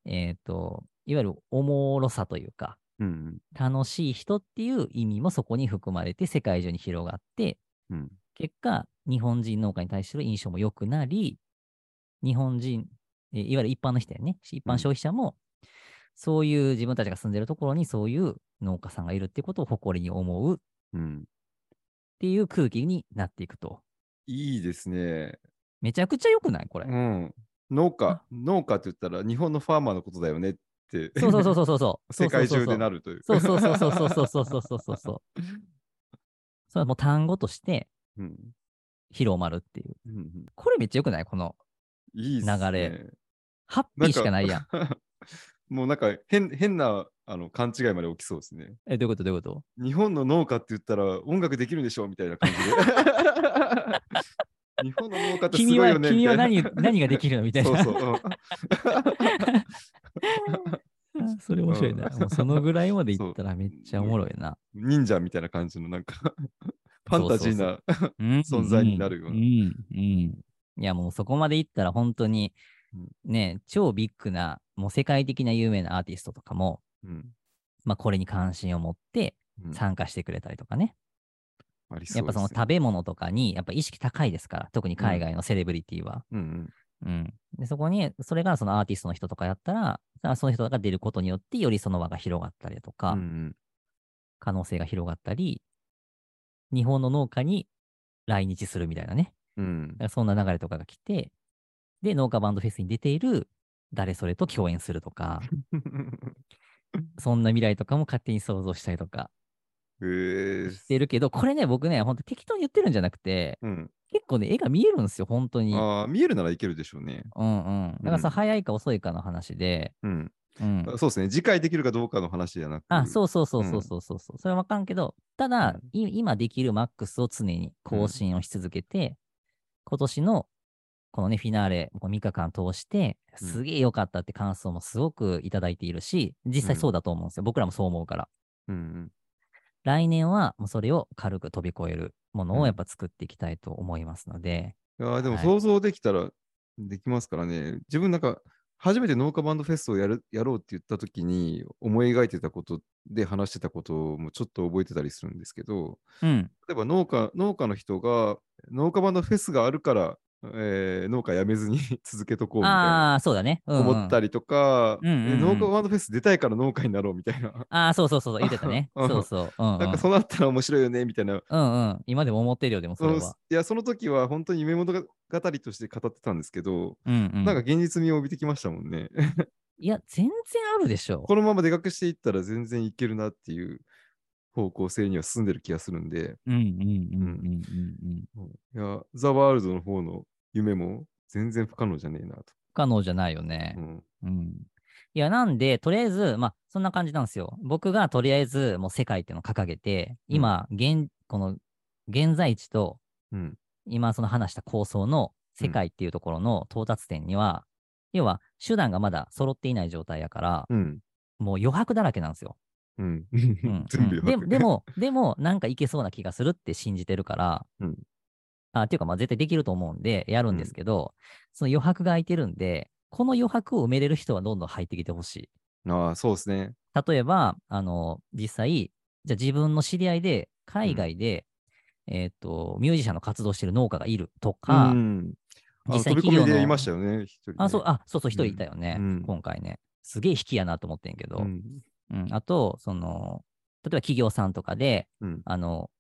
Speaker 2: えっ、と、いわゆるおもろさというか、
Speaker 1: うん
Speaker 2: 楽しい人っていう意味もそこに含まれて、世界中に広がって、
Speaker 1: うん
Speaker 2: 結果、日本人農家に対する印象も良くなり、日本人、えーいわゆる一般の人やね、一
Speaker 1: う
Speaker 2: 般
Speaker 1: ん
Speaker 2: 消費者も、そういう自分たちが住んでるところにそういう農家さんがいるってことを誇りに思うっ
Speaker 1: うん
Speaker 2: ていう空気になっていくと。
Speaker 1: いいですね。
Speaker 2: めちゃくちゃ良くないこれ
Speaker 1: う。ん。農家
Speaker 2: あ、
Speaker 1: 農家って言ったら日本のファーマーのことだよねって、
Speaker 2: そうそうそ
Speaker 1: [laughs]
Speaker 2: うそうそう [laughs] そう。
Speaker 1: 世界中でな
Speaker 2: る。
Speaker 1: るという。
Speaker 2: そうそうそうそうそうそうそうそうそうそうそう。それはもう単語として
Speaker 1: [laughs] うん
Speaker 2: 広まるっていう。
Speaker 1: うんうん
Speaker 2: これめっちゃ良くないこの、
Speaker 1: いいっすね
Speaker 2: 流れ。ハッピーしかないやん。
Speaker 1: んか。 [laughs] もうなんか変変なあの勘違いまで起きそうですね。
Speaker 2: え、どういうことどういうこと
Speaker 1: 日本の農家って言ったら音楽できるんでしょみたいな
Speaker 2: [laughs]
Speaker 1: 感じで。日本の農家ってすごい
Speaker 2: 君は、
Speaker 1: よねみ
Speaker 2: 君
Speaker 1: た
Speaker 2: はい
Speaker 1: な。
Speaker 2: 何、何ができるのみたいな。 [laughs]
Speaker 1: そうそう。
Speaker 2: うんそれ面白いな。
Speaker 1: うん
Speaker 2: もうそのぐらいまでい
Speaker 1: そう
Speaker 2: ったらめっちゃおもろいな。
Speaker 1: うん、忍者みたいな感じのなんかファンタジーな。
Speaker 2: 存
Speaker 1: 存在になるよう
Speaker 2: うん
Speaker 1: な
Speaker 2: うんいやもうそこまでいったら本当に
Speaker 1: うん、
Speaker 2: ね、超ビッグな、もう世界的な有名なアーティストとかも、
Speaker 1: うん
Speaker 2: まあこれに関心を持って
Speaker 1: うん
Speaker 2: 参加してくれたりとかね。
Speaker 1: あり
Speaker 2: やっぱその
Speaker 1: ですね
Speaker 2: 食べ物とかにやっぱ意識高いですから、特に海外のセレブリティは。
Speaker 1: うん
Speaker 2: うん。で、そこに、それがそのアーティストの人とかやったら、あその人が出ることによってよりその輪が広がったりだ
Speaker 1: う
Speaker 2: と
Speaker 1: ん
Speaker 2: か、
Speaker 1: うん
Speaker 2: 可能性が広がったり、日本の農家に来日するみたいなね、
Speaker 1: うんうん
Speaker 2: だからそんな流れとかが来て、で、農家バンドフェスに出ている誰それと共演する
Speaker 1: [laughs]
Speaker 2: とか、そんな未来とかも勝手に想像したりとか
Speaker 1: えー
Speaker 2: してるけど、これね、僕ね、ほんと適当に言ってるんじゃなくて、
Speaker 1: うん、
Speaker 2: 結構ね、絵が見えるんですよ、本 [laughs] 当に。うん
Speaker 1: あー見えるならいけるでしょうね。
Speaker 2: うん。だから
Speaker 1: う
Speaker 2: さ、
Speaker 1: ん
Speaker 2: 早いか遅いかの話で、
Speaker 1: うん、
Speaker 2: うん。
Speaker 1: そうですね。次回できるかどうかの話じゃなく。
Speaker 2: あ、そううそうそうそうそうそうそう。それはわかんけど、ただ、
Speaker 1: うん
Speaker 2: い今できるマックスを常に更新をし続けて、今年のこのね、フィナーレ、この3日間通して、
Speaker 1: うん
Speaker 2: すげえ良かったって感想もすごくいただいているし、実際そうだと思うんですよ。僕らもそう思うから。
Speaker 1: うん
Speaker 2: 来年はもうそれを軽く飛び越えるもの
Speaker 1: うん
Speaker 2: をやっぱ作っていきたいと思いますので、
Speaker 1: うん、いやーでも
Speaker 2: はい
Speaker 1: 想像できたらできますからね。自分なんか初めて農家バンドフェスをやるやろうって言った時に思い描いてたことで話してたこともちょっと覚えてたりするんですけど
Speaker 2: うん。
Speaker 1: 例えば農家農家の人が農家バンドフェスがあるから、えー農家辞めずに [laughs] 続けとこうみたいな
Speaker 2: ああ、そうだね。うんうん、
Speaker 1: 思ったりとか、
Speaker 2: うんうんうん
Speaker 1: え農家バンドフェス出たいから農家になろうみたいな、
Speaker 2: ああ、そうそうそうそう、言ってたね。
Speaker 1: [laughs] うん
Speaker 2: そうそう。うんうん、
Speaker 1: なんかそうなったら面白いよねみたいな
Speaker 2: うんうん。今でも思ってるよ、でも [laughs] そ
Speaker 1: そ
Speaker 2: れ
Speaker 1: の
Speaker 2: は。
Speaker 1: いやその時は本当に夢物語として語ってたんですけど、
Speaker 2: うんうん。
Speaker 1: なんか現実味を帯びてきましたもんね。 [laughs]
Speaker 2: いや、全然あるでしょ。
Speaker 1: このままでかくしていったら全然いけるなっていう方向性には進んでる気がするんで、
Speaker 2: うんうんうんうんうんうん。
Speaker 1: いや、ザ・ワールドの方の夢も全然不可能じゃねえなと。
Speaker 2: 不可能じゃないよね
Speaker 1: う。ん
Speaker 2: うん。いや、なんで、とりあえず、まあ、そんな感じなんですよ。僕がとりあえず、もう世界っていうのを掲げて、
Speaker 1: うん
Speaker 2: 今、現、この、現在地と、
Speaker 1: うん
Speaker 2: 今その話した構想の世界っていうところの到達点には、要は、手段がまだ揃っていない状態やから、
Speaker 1: うん
Speaker 2: もう余白だらけなんですよ。
Speaker 1: うん
Speaker 2: うん
Speaker 1: [laughs] 全部よ
Speaker 2: うんででも、でも、なんかいけそうな気がするって信じてるから、
Speaker 1: うん
Speaker 2: あっていうか、まあ絶対できると思うんで、やるんですけど、その余白が空いてるんで、この余白を埋めれる人はどんどん入ってきてほしい。
Speaker 1: ああ、そうですね。
Speaker 2: 例えば、あの、実際、じゃあ自分の知り合いで、海外で、えっ、と、ミュージシャンの活動してる農家がいるとか、
Speaker 1: うん、あの
Speaker 2: 実際
Speaker 1: 飛び
Speaker 2: 企業
Speaker 1: 込
Speaker 2: の
Speaker 1: みでいましたよね、一人ね
Speaker 2: あ、そう、あ、そうそう、一人
Speaker 1: うん
Speaker 2: いたよね、
Speaker 1: うん
Speaker 2: 今回ね。すげえ引きやなと思ってんけど、
Speaker 1: うん
Speaker 2: うん、あと、その、例えば企業さんとかで、
Speaker 1: うん
Speaker 2: あの、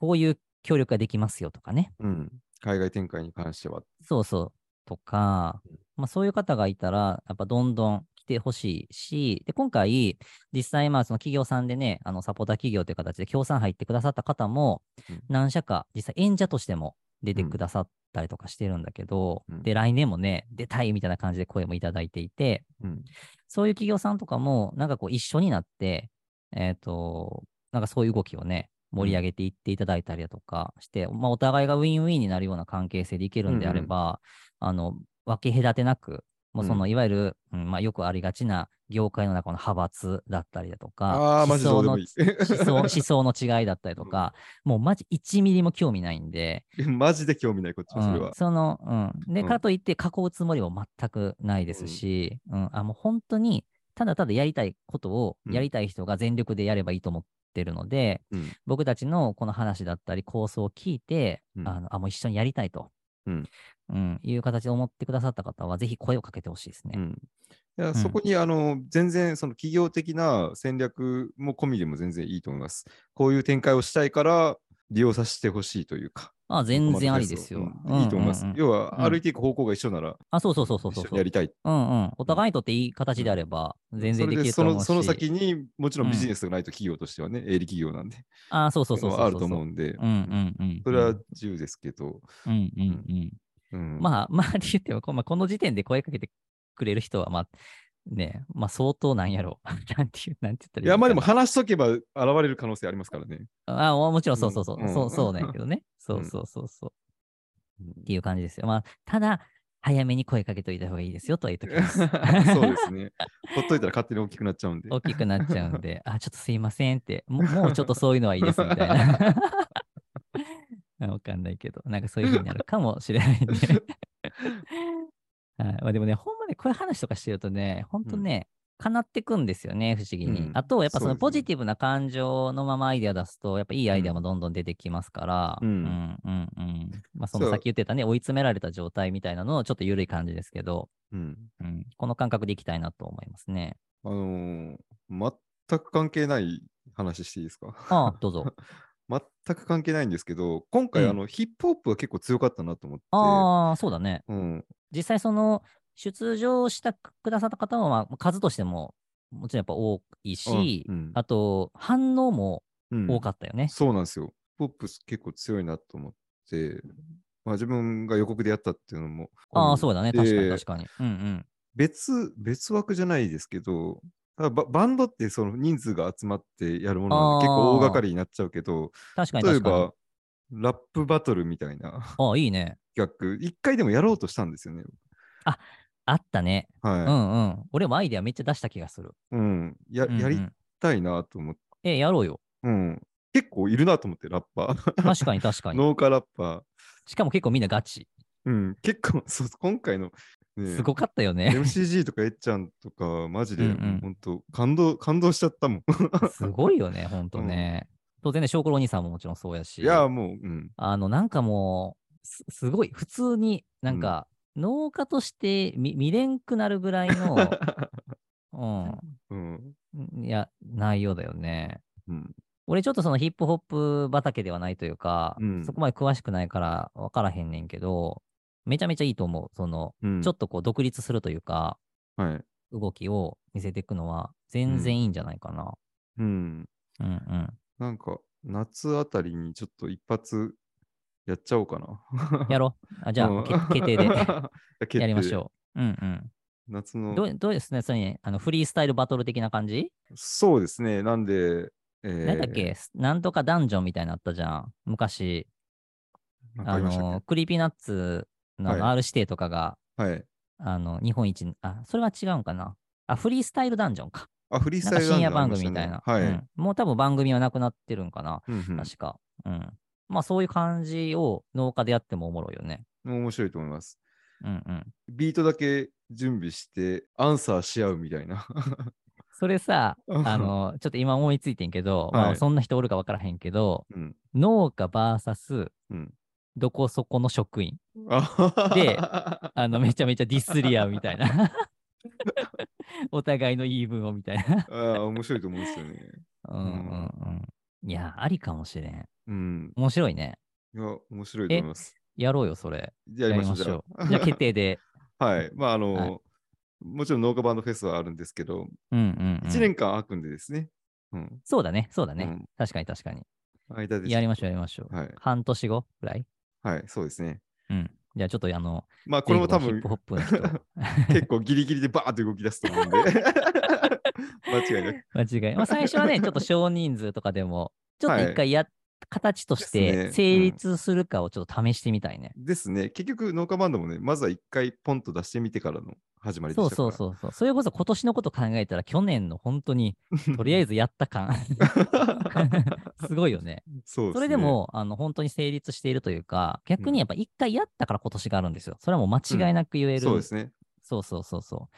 Speaker 2: こういう協力ができますよとかね。
Speaker 1: うん海外展開に関しては。
Speaker 2: そうそう。とか、まあそういう方がいたら、やっぱどんどん来てほしいし、で、今回、実際まあその企業さんでね、あのサポーター企業という形で協賛入ってくださった方も
Speaker 1: うん、
Speaker 2: 何社か実際演者としても出てくださったりとかしてるんだけど、
Speaker 1: うん
Speaker 2: で、来年もね、出たいみたいな感じで声もいただいていて、
Speaker 1: うん
Speaker 2: そういう企業さんとかも、なんかこう一緒になって、えっ、と、なんかそういう動きをね、盛り上げていっていただいたりだとかして、まあお互いがウィンウィンになるような関係性でいけるんであれば、あの、分け隔てなく、もうその、
Speaker 1: う
Speaker 2: いわゆる、うんまあよくありがちな業界の中の派閥だったりだとか、
Speaker 1: ああ、マジど
Speaker 2: 思
Speaker 1: うで
Speaker 2: 想の
Speaker 1: もいい。
Speaker 2: 思想思想の違いだったりとか、もうマジ1ミリも興味ないんで、
Speaker 1: [laughs] マジで興味ない、こっち
Speaker 2: う
Speaker 1: は、それ
Speaker 2: ん
Speaker 1: は、。
Speaker 2: その、うん。で、
Speaker 1: うん
Speaker 2: かといって囲うつもりも全くないですし、うん、あ、もう本当に、ただただやりたいことを、
Speaker 1: うん
Speaker 2: やりたい人が全力でやればいいと思ってるので、
Speaker 1: うん
Speaker 2: 僕たちのこの話だったり構想を聞いて、
Speaker 1: うん
Speaker 2: あのあ、もう一緒にやりたいと、
Speaker 1: うん
Speaker 2: うんいう形で思ってくださった方は、ぜひ声をかけてほしいです
Speaker 1: う
Speaker 2: ね。
Speaker 1: んいやそこに、あの全然その企業的な戦略も込みでも全然いいと思います。こういう展開をしたいから利用させてほしいというか。
Speaker 2: あ、全然ありです
Speaker 1: う
Speaker 2: よ
Speaker 1: ん。いいと思います。
Speaker 2: うんうんうん
Speaker 1: 要
Speaker 2: う
Speaker 1: は
Speaker 2: ん
Speaker 1: 歩いていく方向が一緒なら
Speaker 2: あ、そうそうそうそうそ
Speaker 1: 一緒
Speaker 2: う
Speaker 1: にやりたい。
Speaker 2: うんうん。お互いにとっていい形であれば、全
Speaker 1: そ
Speaker 2: 然
Speaker 1: れ
Speaker 2: でき
Speaker 1: で
Speaker 2: る
Speaker 1: そ
Speaker 2: と思うし。
Speaker 1: のその先にもちろ
Speaker 2: うんん
Speaker 1: ビジネスがないと企業としてはね、営利企業なんで、
Speaker 2: あ、そうそうそうそうそう。
Speaker 1: あると思うんで、
Speaker 2: うんうんうん。
Speaker 1: それは自由ですけど、
Speaker 2: うんうんうん。
Speaker 1: うん
Speaker 2: まあ、まあ、って言っても、こまあ、この時点で声かけてくれる人は、まあ、ね、まあ、相当なんやろう。 [laughs] なんていう、なんて言ったらいいのかない
Speaker 1: やまあでも話しとけば現れる可能性ありますから
Speaker 2: [laughs]
Speaker 1: ね。
Speaker 2: あももちろん、そうそうそう、
Speaker 1: うん
Speaker 2: そう、そうなんやけどね。そううんそうそうそう。
Speaker 1: うん
Speaker 2: っていう感じですよ。まあ、ただ、早めに声かけといた方がいいですよとは言っときます。
Speaker 1: [laughs] そうですね。ほっといたら勝手に大きくなっちゃうんで。
Speaker 2: 大きくなっちゃうん
Speaker 1: [laughs]
Speaker 2: で、あ、ちょっとすいませんって、もうもうちょっとそういうのはいいですみたいな。 [laughs] わかんないけど、なんかそういうふうになるかもしれないんで。 [laughs] はいまあ、でもね、ほんまね、こういう話とかしてるとね、ほんとね、叶ってくんですよね、不思議に。
Speaker 1: うん
Speaker 2: あと、やっぱそ
Speaker 1: そう
Speaker 2: の
Speaker 1: ですね
Speaker 2: ポジティブな感情のままアイデア出すと、やっぱいいアイデアもどんどん出てきますから、
Speaker 1: うん
Speaker 2: うん、うん、うん。まあ、その
Speaker 1: そう
Speaker 2: さっき言ってたね、追い詰められた状態みたいなのをちょっと緩い感じですけど、
Speaker 1: うん
Speaker 2: うん、この感覚でいきたいなと思いますね。
Speaker 1: あのー全く関係ない話していいですか
Speaker 2: あどうぞ。
Speaker 1: 全く関係ないんですけど、今回、
Speaker 2: うん
Speaker 1: あのヒップホップが結構強かったなと思って、
Speaker 2: ああ、そうだね。
Speaker 1: うん、
Speaker 2: 実際その出場したくくださった方も、まあ、数としてももちろんやっぱ多いし、
Speaker 1: うんうん
Speaker 2: あと反応も
Speaker 1: うん
Speaker 2: 多かったよね。
Speaker 1: そうなんですよ。ヒップホップ結構強いなと思って、まあ、自分が予告でやったっていうのも、
Speaker 2: ああそうだね確かに
Speaker 1: で
Speaker 2: 確かに。うんうん。
Speaker 1: 別別枠じゃないですけど、ただババンドってその人数が集まってやるものなんで結
Speaker 2: あー
Speaker 1: 構大掛かりになっちゃうけど、
Speaker 2: 確かに
Speaker 1: 例え
Speaker 2: 確か
Speaker 1: ばラップバトルみたいな
Speaker 2: に。ああいいね。
Speaker 1: 企画、一回でもやろうとしたんですよね。
Speaker 2: あったね。
Speaker 1: はい。
Speaker 2: うんうん。俺もアイデアめっちゃ出した気がする。
Speaker 1: うん、や
Speaker 2: うんうん
Speaker 1: やりたいなと思って、
Speaker 2: えやろ
Speaker 1: [laughs]
Speaker 2: うよ。
Speaker 1: うん、結構いるなと思って、ラッパー。
Speaker 2: 確かに確かに。
Speaker 1: 農家ラッパー。
Speaker 2: しかも結構みんなガチ。
Speaker 1: [laughs] うん、結構そう、今回のね
Speaker 2: すごかった
Speaker 1: [laughs]
Speaker 2: よね。
Speaker 1: MCG とかえっちゃんとか、マジで、
Speaker 2: うんうん
Speaker 1: 本当感動、感動しちゃったもん。
Speaker 2: すごいよね、ほんとね。当然ね、小五郎兄さんももちろんそうや
Speaker 1: [laughs]
Speaker 2: し。
Speaker 1: いや、もう、うん。
Speaker 2: あの、なんかもう、すすごい、普通になんか、農家として見見れんくなるぐらい
Speaker 1: [laughs]
Speaker 2: の、
Speaker 1: うん。
Speaker 2: うん、いや、内容だよね。
Speaker 1: うん。
Speaker 2: 俺ちょっとそのヒップホップ畑ではないというか、
Speaker 1: うん
Speaker 2: そこまで詳しくないから分からへんねんけど、めちゃめちゃいいと思う。その、
Speaker 1: うん、
Speaker 2: ちょっとこう独立するというか、
Speaker 1: と。はい。
Speaker 2: 動きを見せていくのは全然いいんじゃないかな。
Speaker 1: うん。
Speaker 2: うん、うん、
Speaker 1: なんか、夏あたりにちょっと一発やっちゃおうかな。 [laughs]
Speaker 2: やろう。あじゃあ、
Speaker 1: うん
Speaker 2: け決定で
Speaker 1: い [laughs] 決定
Speaker 2: やりましょう。うん
Speaker 1: う。夏
Speaker 2: うん。
Speaker 1: の
Speaker 2: ど。うどうですね、それにあのフリースタイルバトル的な感じ、
Speaker 1: そうですね。なんで、えー、
Speaker 2: なんだっけすなんとかダンジョンみたいなのあったじゃん。昔、
Speaker 1: なんかあ
Speaker 2: あ
Speaker 1: りましたっ
Speaker 2: の、クリーピーナッツのあの
Speaker 1: は
Speaker 2: R 指定とかが、
Speaker 1: けはい。
Speaker 2: あの、日本一に、あ、それは違うんかな。あ、フリースタイルダンジョンか。
Speaker 1: あ、フリー
Speaker 2: な
Speaker 1: ス
Speaker 2: ん
Speaker 1: タ
Speaker 2: か
Speaker 1: イル
Speaker 2: 深夜
Speaker 1: ラン
Speaker 2: 番
Speaker 1: ナーありまし
Speaker 2: 組
Speaker 1: た
Speaker 2: みたい
Speaker 1: ね
Speaker 2: な。
Speaker 1: はい。
Speaker 2: うんもう多分番組はなくなってるんかな。
Speaker 1: うん
Speaker 2: 確か。うん。まあそういう感じを農家でやってもおもろいよね。
Speaker 1: うん、面白いと思います。
Speaker 2: うんうん。
Speaker 1: ビートだけ準備して、アンサーし合うみたいな。
Speaker 2: それ
Speaker 1: [laughs]
Speaker 2: さ、
Speaker 1: うん
Speaker 2: あの、ちょっと今思いついてんけど、ま
Speaker 1: は
Speaker 2: あ
Speaker 1: い
Speaker 2: そんな人おるか分からへんけど、
Speaker 1: うん。
Speaker 2: 農家 VS
Speaker 1: うん。
Speaker 2: どこそこの職員。
Speaker 1: あ
Speaker 2: であの、めちゃめちゃディスり合うみたいな。 [laughs] お互いの言い分をみたいな。
Speaker 1: あー面白いと思うんですよね。
Speaker 2: うんうんうん。いや、ありかもしれん。
Speaker 1: うん。
Speaker 2: 面白いね。
Speaker 1: いや、面白いと思います。
Speaker 2: やろうよ、それ。
Speaker 1: やりましょう。じゃあ
Speaker 2: じゃあ決定で。
Speaker 1: はい。まあ、あの、
Speaker 2: はい
Speaker 1: もちろん農家バンドフェスはあるんですけど、
Speaker 2: うんうん、うん。
Speaker 1: 1年間空くんでですね。うん。
Speaker 2: そうだね、そうだね。
Speaker 1: うん
Speaker 2: 確かに確かに。
Speaker 1: 間で。
Speaker 2: やりましょう、
Speaker 1: う。
Speaker 2: やりましょう。
Speaker 1: はい。
Speaker 2: 半年後ぐらい
Speaker 1: はい。そうですね。
Speaker 2: うん。じゃあちょっとあの、
Speaker 1: まあ、これも多
Speaker 2: 全
Speaker 1: 分
Speaker 2: 国のヒップホップの
Speaker 1: 結構ギリギリでバーッと動き出すと思
Speaker 2: [laughs]
Speaker 1: うんで。間違いなく。
Speaker 2: 人。間違い。まあ最初はね、ちょっと少人数とかでも、ちょっ
Speaker 1: は
Speaker 2: と一
Speaker 1: い
Speaker 2: 回やっ、形とし
Speaker 1: ですねう
Speaker 2: て
Speaker 1: ん
Speaker 2: 成立するかをちょっと試してみたいね。
Speaker 1: ですね。結局、農家バンドもね、まずは一回ポンと出してみてからの始まりで
Speaker 2: そ
Speaker 1: したか
Speaker 2: うそう
Speaker 1: ら。う
Speaker 2: そうそう。それこそ今年のこと考えたら、去年の本
Speaker 1: [laughs]
Speaker 2: 当に、
Speaker 1: そう。
Speaker 2: とりあえずやっ
Speaker 1: [laughs]
Speaker 2: た感。すごいよね。
Speaker 1: そうすね
Speaker 2: それで、も、あの、本当に成立しているというか、逆にやっぱ一回やったから今年があるんですよ。それはもう間違いなく言える
Speaker 1: そうですね。
Speaker 2: そうそうそうそ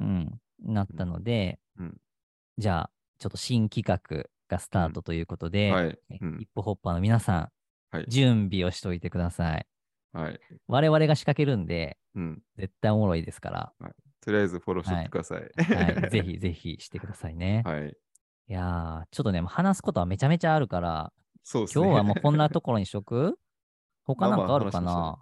Speaker 2: う。うん。なったので、
Speaker 1: うん
Speaker 2: じゃあ、ちょっと新企画がスタートということで、
Speaker 1: はい。
Speaker 2: え
Speaker 1: うん
Speaker 2: ヒップホッパーの皆さん、
Speaker 1: はい
Speaker 2: 準備をしておいてください。
Speaker 1: はい。
Speaker 2: 我々が仕掛けるんで、
Speaker 1: うん。
Speaker 2: 絶対おもろいですか
Speaker 1: とりあえずフォローしておいてください。
Speaker 2: ら、
Speaker 1: [laughs]
Speaker 2: はい、ぜひぜひしてくださいね。
Speaker 1: はい。
Speaker 2: い、やー、ちょっとね、話すことはめちゃめちゃあるから、
Speaker 1: そうですね。
Speaker 2: 今日はもうこんなところにし
Speaker 1: [laughs]
Speaker 2: とく他なんかある
Speaker 1: ま
Speaker 2: か
Speaker 1: あまあ
Speaker 2: な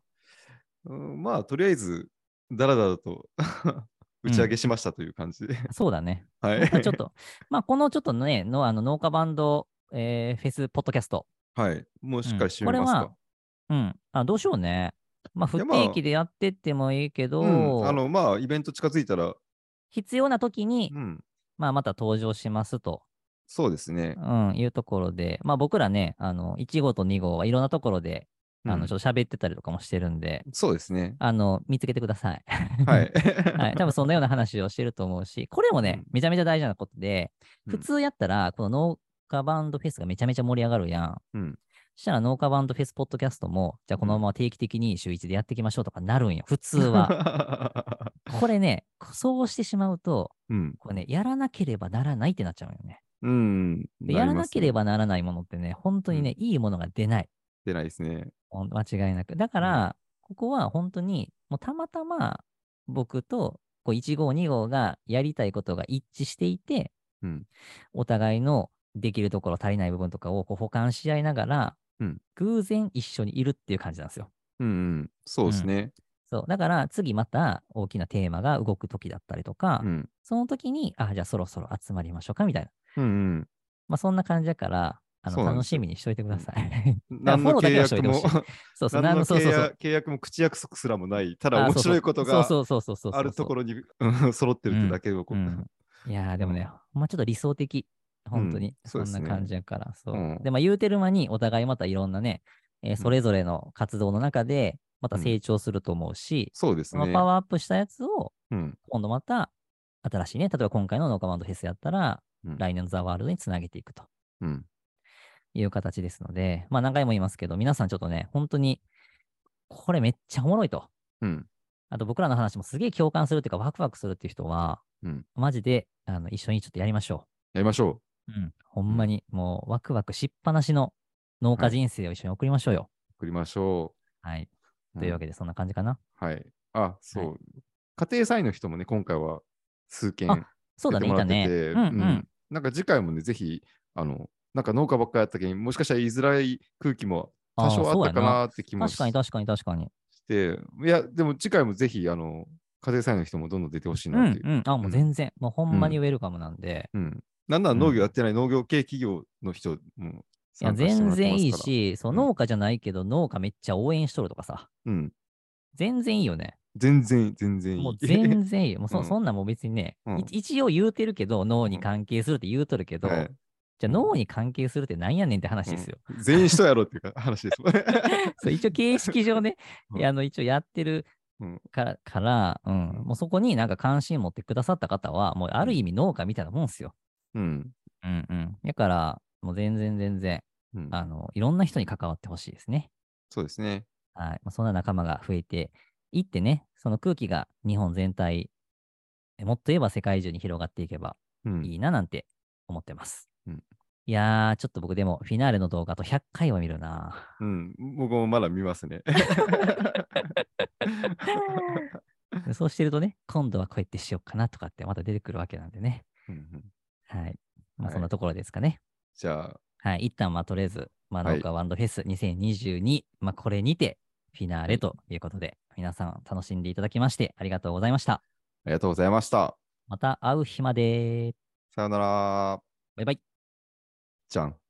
Speaker 1: うんまあ、とりあえず、だらだらと [laughs] 打ち上げしましたという感じで。
Speaker 2: そうだね。
Speaker 1: は
Speaker 2: また
Speaker 1: い。
Speaker 2: ちょ
Speaker 1: [laughs]
Speaker 2: っと、まあ、このちょっとね、のあの農家バンド、えーフェス、ポッドキャスト、
Speaker 1: [laughs] はい。もうしっかり締
Speaker 2: うんこ
Speaker 1: め
Speaker 2: れ
Speaker 1: ます
Speaker 2: は
Speaker 1: か。、
Speaker 2: うん。あ、どうしようね。まあ、
Speaker 1: い
Speaker 2: 不
Speaker 1: やまあ
Speaker 2: 定期でやってってもいいけど、
Speaker 1: うん、あの、まあ、イベント近づいたら、
Speaker 2: 必要な時に、
Speaker 1: うん、
Speaker 2: まあ、また登場しますと、
Speaker 1: そうですね
Speaker 2: う。ん、いうところで、まあ、僕らね、あの、1号と2号はいろんなところで、あ
Speaker 1: う
Speaker 2: の、
Speaker 1: ん
Speaker 2: ちょっと喋ってたりとかもしてるんで、
Speaker 1: そうです
Speaker 2: [laughs]
Speaker 1: ね。
Speaker 2: あの、見つけてく
Speaker 1: [laughs]
Speaker 2: ださい。
Speaker 1: はい。
Speaker 2: はい、多分そんなような話をしてると思うし、これもね
Speaker 1: うん、
Speaker 2: めちゃめちゃ大事なことで、
Speaker 1: うん
Speaker 2: 普通やったら、この農家バンドフェスがめちゃめちゃ盛り上がるやん。
Speaker 1: うん
Speaker 2: そしたら農家バンドフェスポッドキャストも、じゃあこのまま定期的に週1でやっていきましょうとかなるんよ、普通
Speaker 1: [laughs]
Speaker 2: は。
Speaker 1: は。
Speaker 2: これね、そうしてしまうと、
Speaker 1: うん。
Speaker 2: これね、やらなければならないってなっちゃうよね。
Speaker 1: うん。
Speaker 2: でやらなけれ
Speaker 1: ば。
Speaker 2: ばならないものってね、本当にね、いいものが出ない。
Speaker 1: 出ないですね。
Speaker 2: ほん間違いなく。だから、ここは本当に、もうたまたま僕とこう1号、2号がやりたいことが一致していて、
Speaker 1: うん
Speaker 2: お互いのできるところ、足りない部分とかをこう補完し合いながら、
Speaker 1: うん
Speaker 2: 偶然一緒にいるっていう感じなんですよ。
Speaker 1: うんうん。そうですね。
Speaker 2: そうだから次また大きなテーマが動く時だったりとか、
Speaker 1: うん。
Speaker 2: その時に、あ、じゃあそろそろ集まりましょうかみたいな。
Speaker 1: うんうん。
Speaker 2: まあそんな感じだから、あ
Speaker 1: そ
Speaker 2: の
Speaker 1: うなんで
Speaker 2: 楽
Speaker 1: す
Speaker 2: し
Speaker 1: よ
Speaker 2: みにしといてください。
Speaker 1: 何の契約も
Speaker 2: フォローだけはしといて、ほ [laughs] そうそ
Speaker 1: [laughs]
Speaker 2: う、
Speaker 1: 何の
Speaker 2: そう
Speaker 1: 契
Speaker 2: そうそう
Speaker 1: 約契約も口約束すらもない、ただ
Speaker 2: あ
Speaker 1: 面
Speaker 2: そうそう
Speaker 1: 白いことが
Speaker 2: そうそうそうそうそうそう
Speaker 1: あるところに [laughs] うん揃ってるってだけのこ
Speaker 2: う
Speaker 1: と。
Speaker 2: んいやーでも
Speaker 1: う
Speaker 2: ね
Speaker 1: ん、
Speaker 2: ほんまちょっと理想的。本当に、
Speaker 1: うん
Speaker 2: そ
Speaker 1: そうで
Speaker 2: ん
Speaker 1: すね
Speaker 2: な感じやから。そう。
Speaker 1: うん
Speaker 2: で、まあ言うてる間にお互いまたいろんなね、えーそれぞれの活動の中で、また成長すると思うし、
Speaker 1: そうです
Speaker 2: その
Speaker 1: ね。
Speaker 2: パワーアップしたやつを、
Speaker 1: うん
Speaker 2: 今度また新しいね、例えば今回のノーカマンドフェスやったら、
Speaker 1: うん
Speaker 2: 来年のザワールドにつなげていくと
Speaker 1: うん
Speaker 2: いう形ですので、まあ何回も言いますけど、皆さんちょっとね、本当に、これめっちゃおもろいと。
Speaker 1: うん
Speaker 2: あと僕らの話もすげえ共感するっていうか、ワクワクするっていう人は、
Speaker 1: うん
Speaker 2: マジであの一緒にちょっとやりましょ
Speaker 1: やりましょ
Speaker 2: う。うん、ほんまに、もうワクワクしっぱなしの
Speaker 1: は
Speaker 2: 農家
Speaker 1: い
Speaker 2: 人生を一緒に送りましょうよ。
Speaker 1: う。送りましょ
Speaker 2: はい。
Speaker 1: う。
Speaker 2: というわけで、そんな感じかな。
Speaker 1: うんはい。あ、そう。家庭菜の人もね、今回は数件
Speaker 2: あそうだ
Speaker 1: 出て
Speaker 2: ね、い
Speaker 1: もら
Speaker 2: た
Speaker 1: って
Speaker 2: ね。
Speaker 1: て
Speaker 2: うんうん。
Speaker 1: なんか次回もね、ぜひ、あの、なんか農家ばっかりやったけに、もしかしたら言いづらい空気も多
Speaker 2: ー
Speaker 1: 少あ
Speaker 2: そ
Speaker 1: っ
Speaker 2: う
Speaker 1: た
Speaker 2: や
Speaker 1: か
Speaker 2: な。
Speaker 1: なって気もし
Speaker 2: 確かに確かに確かに。
Speaker 1: して、いや、でも次回もぜひ、あの、家庭菜の人もどんどん出てほしい
Speaker 2: うん
Speaker 1: なっていう。
Speaker 2: うん。あ、もううん全然。もうほんまに
Speaker 1: う
Speaker 2: ウェルカムなんで。
Speaker 1: うん。なんなら農業やってない農業系企業の人も
Speaker 2: い
Speaker 1: 参
Speaker 2: や、
Speaker 1: 加してもら
Speaker 2: 全
Speaker 1: ってますから。
Speaker 2: 然いいし、そううん農家じゃないけど、農家めっちゃ応援しとるとかさ。
Speaker 1: うん。
Speaker 2: 全然いいよね。
Speaker 1: 全然、全然いい。
Speaker 2: もう全然いいよ。もう
Speaker 1: う
Speaker 2: そ
Speaker 1: ん
Speaker 2: そんなんもう別にね、
Speaker 1: うん
Speaker 2: い一応言うてるけど、脳に関係するって言うとるけど、
Speaker 1: はい
Speaker 2: じゃあ脳に関係するってなんやねんって話ですよ。
Speaker 1: うん [laughs] 全員人やろっていうか話です。
Speaker 2: [laughs] そう一応形式上ね、
Speaker 1: うん
Speaker 2: いやあの一応やってる
Speaker 1: うん
Speaker 2: から、からうん
Speaker 1: うん
Speaker 2: もうそこになんか関心持ってくださった方は、もうある意味農家みたいなもんですよ。
Speaker 1: うん。
Speaker 2: うんうん。だから、もう全然全然、
Speaker 1: うん
Speaker 2: あの、いろんな人に関わってほしいですね。
Speaker 1: そうですね。
Speaker 2: はい。まあ、そんな仲間が増えていってね、その空気が日本全体、えもっと言えば世界中に広がっていけば
Speaker 1: うん
Speaker 2: いいななんて思ってます。
Speaker 1: うん
Speaker 2: いやー、ちょっと僕でもフィナーレの動画と100回は見るな。
Speaker 1: うん、僕もまだ見ますね。
Speaker 2: でそうしてるとね、今度はこうやってしようかなとかってまた出てくるわけなんでね。
Speaker 1: うんうん
Speaker 2: はい。ま
Speaker 1: は
Speaker 2: あ、
Speaker 1: い
Speaker 2: そんなところですかね。
Speaker 1: じゃあ、
Speaker 2: はい。一旦まあとりあえず、まあ、
Speaker 1: はい
Speaker 2: 農家ワンドフェス2022、まあ、これにてフィナーレということで、皆さん楽しんでいただきましてありがとうございました。
Speaker 1: ありがとうございました。
Speaker 2: また会う日まで。
Speaker 1: さよなら。
Speaker 2: バイバイ。
Speaker 1: じゃん。